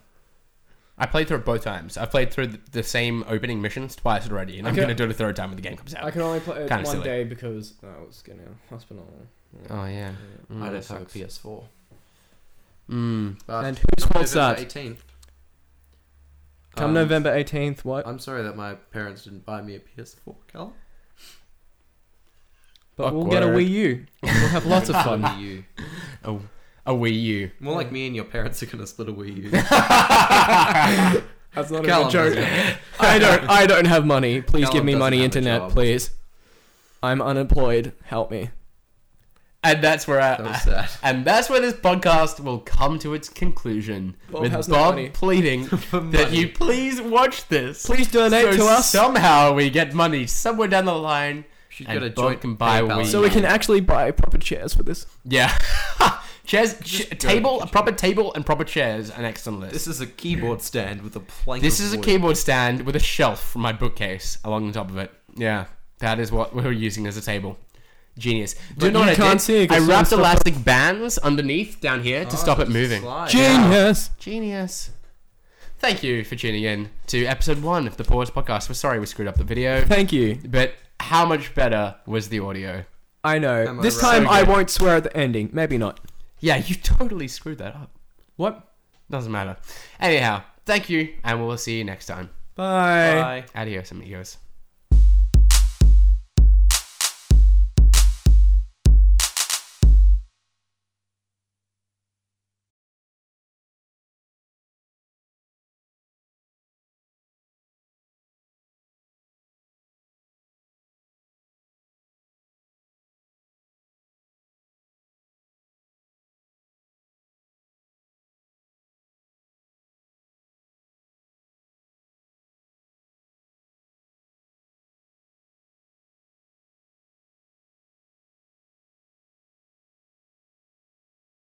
S1: I played through it both times. I've played through the, the same opening missions twice already, and I'm
S6: Okay.
S1: going to do it a third time when the game comes
S6: I
S1: out.
S6: can only play it
S1: Kinda
S6: one
S1: silly.
S6: day because oh, I was getting a hospital.
S1: Oh yeah. Mm, that
S2: I don't have a
S1: sucks.
S2: PS4.
S1: Mm.
S2: But
S3: And who sponsors that?
S2: Eighteenth. Um,
S3: Come November 18th, what?
S2: I'm sorry that my parents didn't buy me a PS4, Cal.
S3: But we'll get a
S1: awkward.
S3: Wii U. We'll have lots of fun.
S2: Wii U.
S1: A, a Wii U.
S2: More like me and your parents are gonna split a Wii U.
S3: That's not
S2: Callum
S3: a
S2: doesn't.
S3: good joke. I don't. I don't have money. Please
S2: Callum
S3: give me
S2: doesn't
S3: money,
S2: have a
S3: internet,
S2: job.
S3: please. I'm unemployed. Help me.
S1: And that's where
S2: That was
S1: I,
S2: sad.
S1: and that's where this podcast will come to its conclusion
S6: Bob
S1: with
S6: has no
S1: Bob
S6: money.
S1: pleading that
S2: money.
S1: you please watch this.
S3: Please donate
S1: so
S3: to us
S1: Somehow we get money somewhere down the line.
S2: Should
S1: And
S2: get a
S1: Bob
S2: joint
S1: can buy a
S2: PayPal
S1: Wii
S3: so we
S2: account.
S3: can actually buy proper chairs for this.
S1: Yeah. Chairs, ch- table, a proper table, and proper chairs are next on the list.
S2: This is a keyboard stand with a plank.
S1: This
S2: of
S1: is a
S2: wood.
S1: keyboard stand with a shelf from my bookcase along the top of it. Yeah, that is what we're using as a table. Genius. Do you
S3: But
S1: know
S3: you
S1: what I
S3: can't
S1: did?
S3: see it 'cause
S1: I
S3: it's Ah,
S1: wrapped
S3: on the
S1: elastic bands underneath down here to stop it moving.
S2: Slide.
S3: Genius.
S1: Genius. Thank you for tuning in to episode one of the Pause Podcast. We're sorry we screwed up the video,
S3: Thank you.
S1: but how much better was the audio?
S3: I know.
S2: Am I
S3: this
S2: right?
S3: time
S1: So
S3: I
S1: good.
S3: won't swear at the ending. Maybe not.
S1: Yeah, you totally screwed that up.
S3: What?
S1: Doesn't matter. Anyhow, thank you, and we'll see you next time.
S2: Bye.
S3: Bye.
S1: Adios, amigos.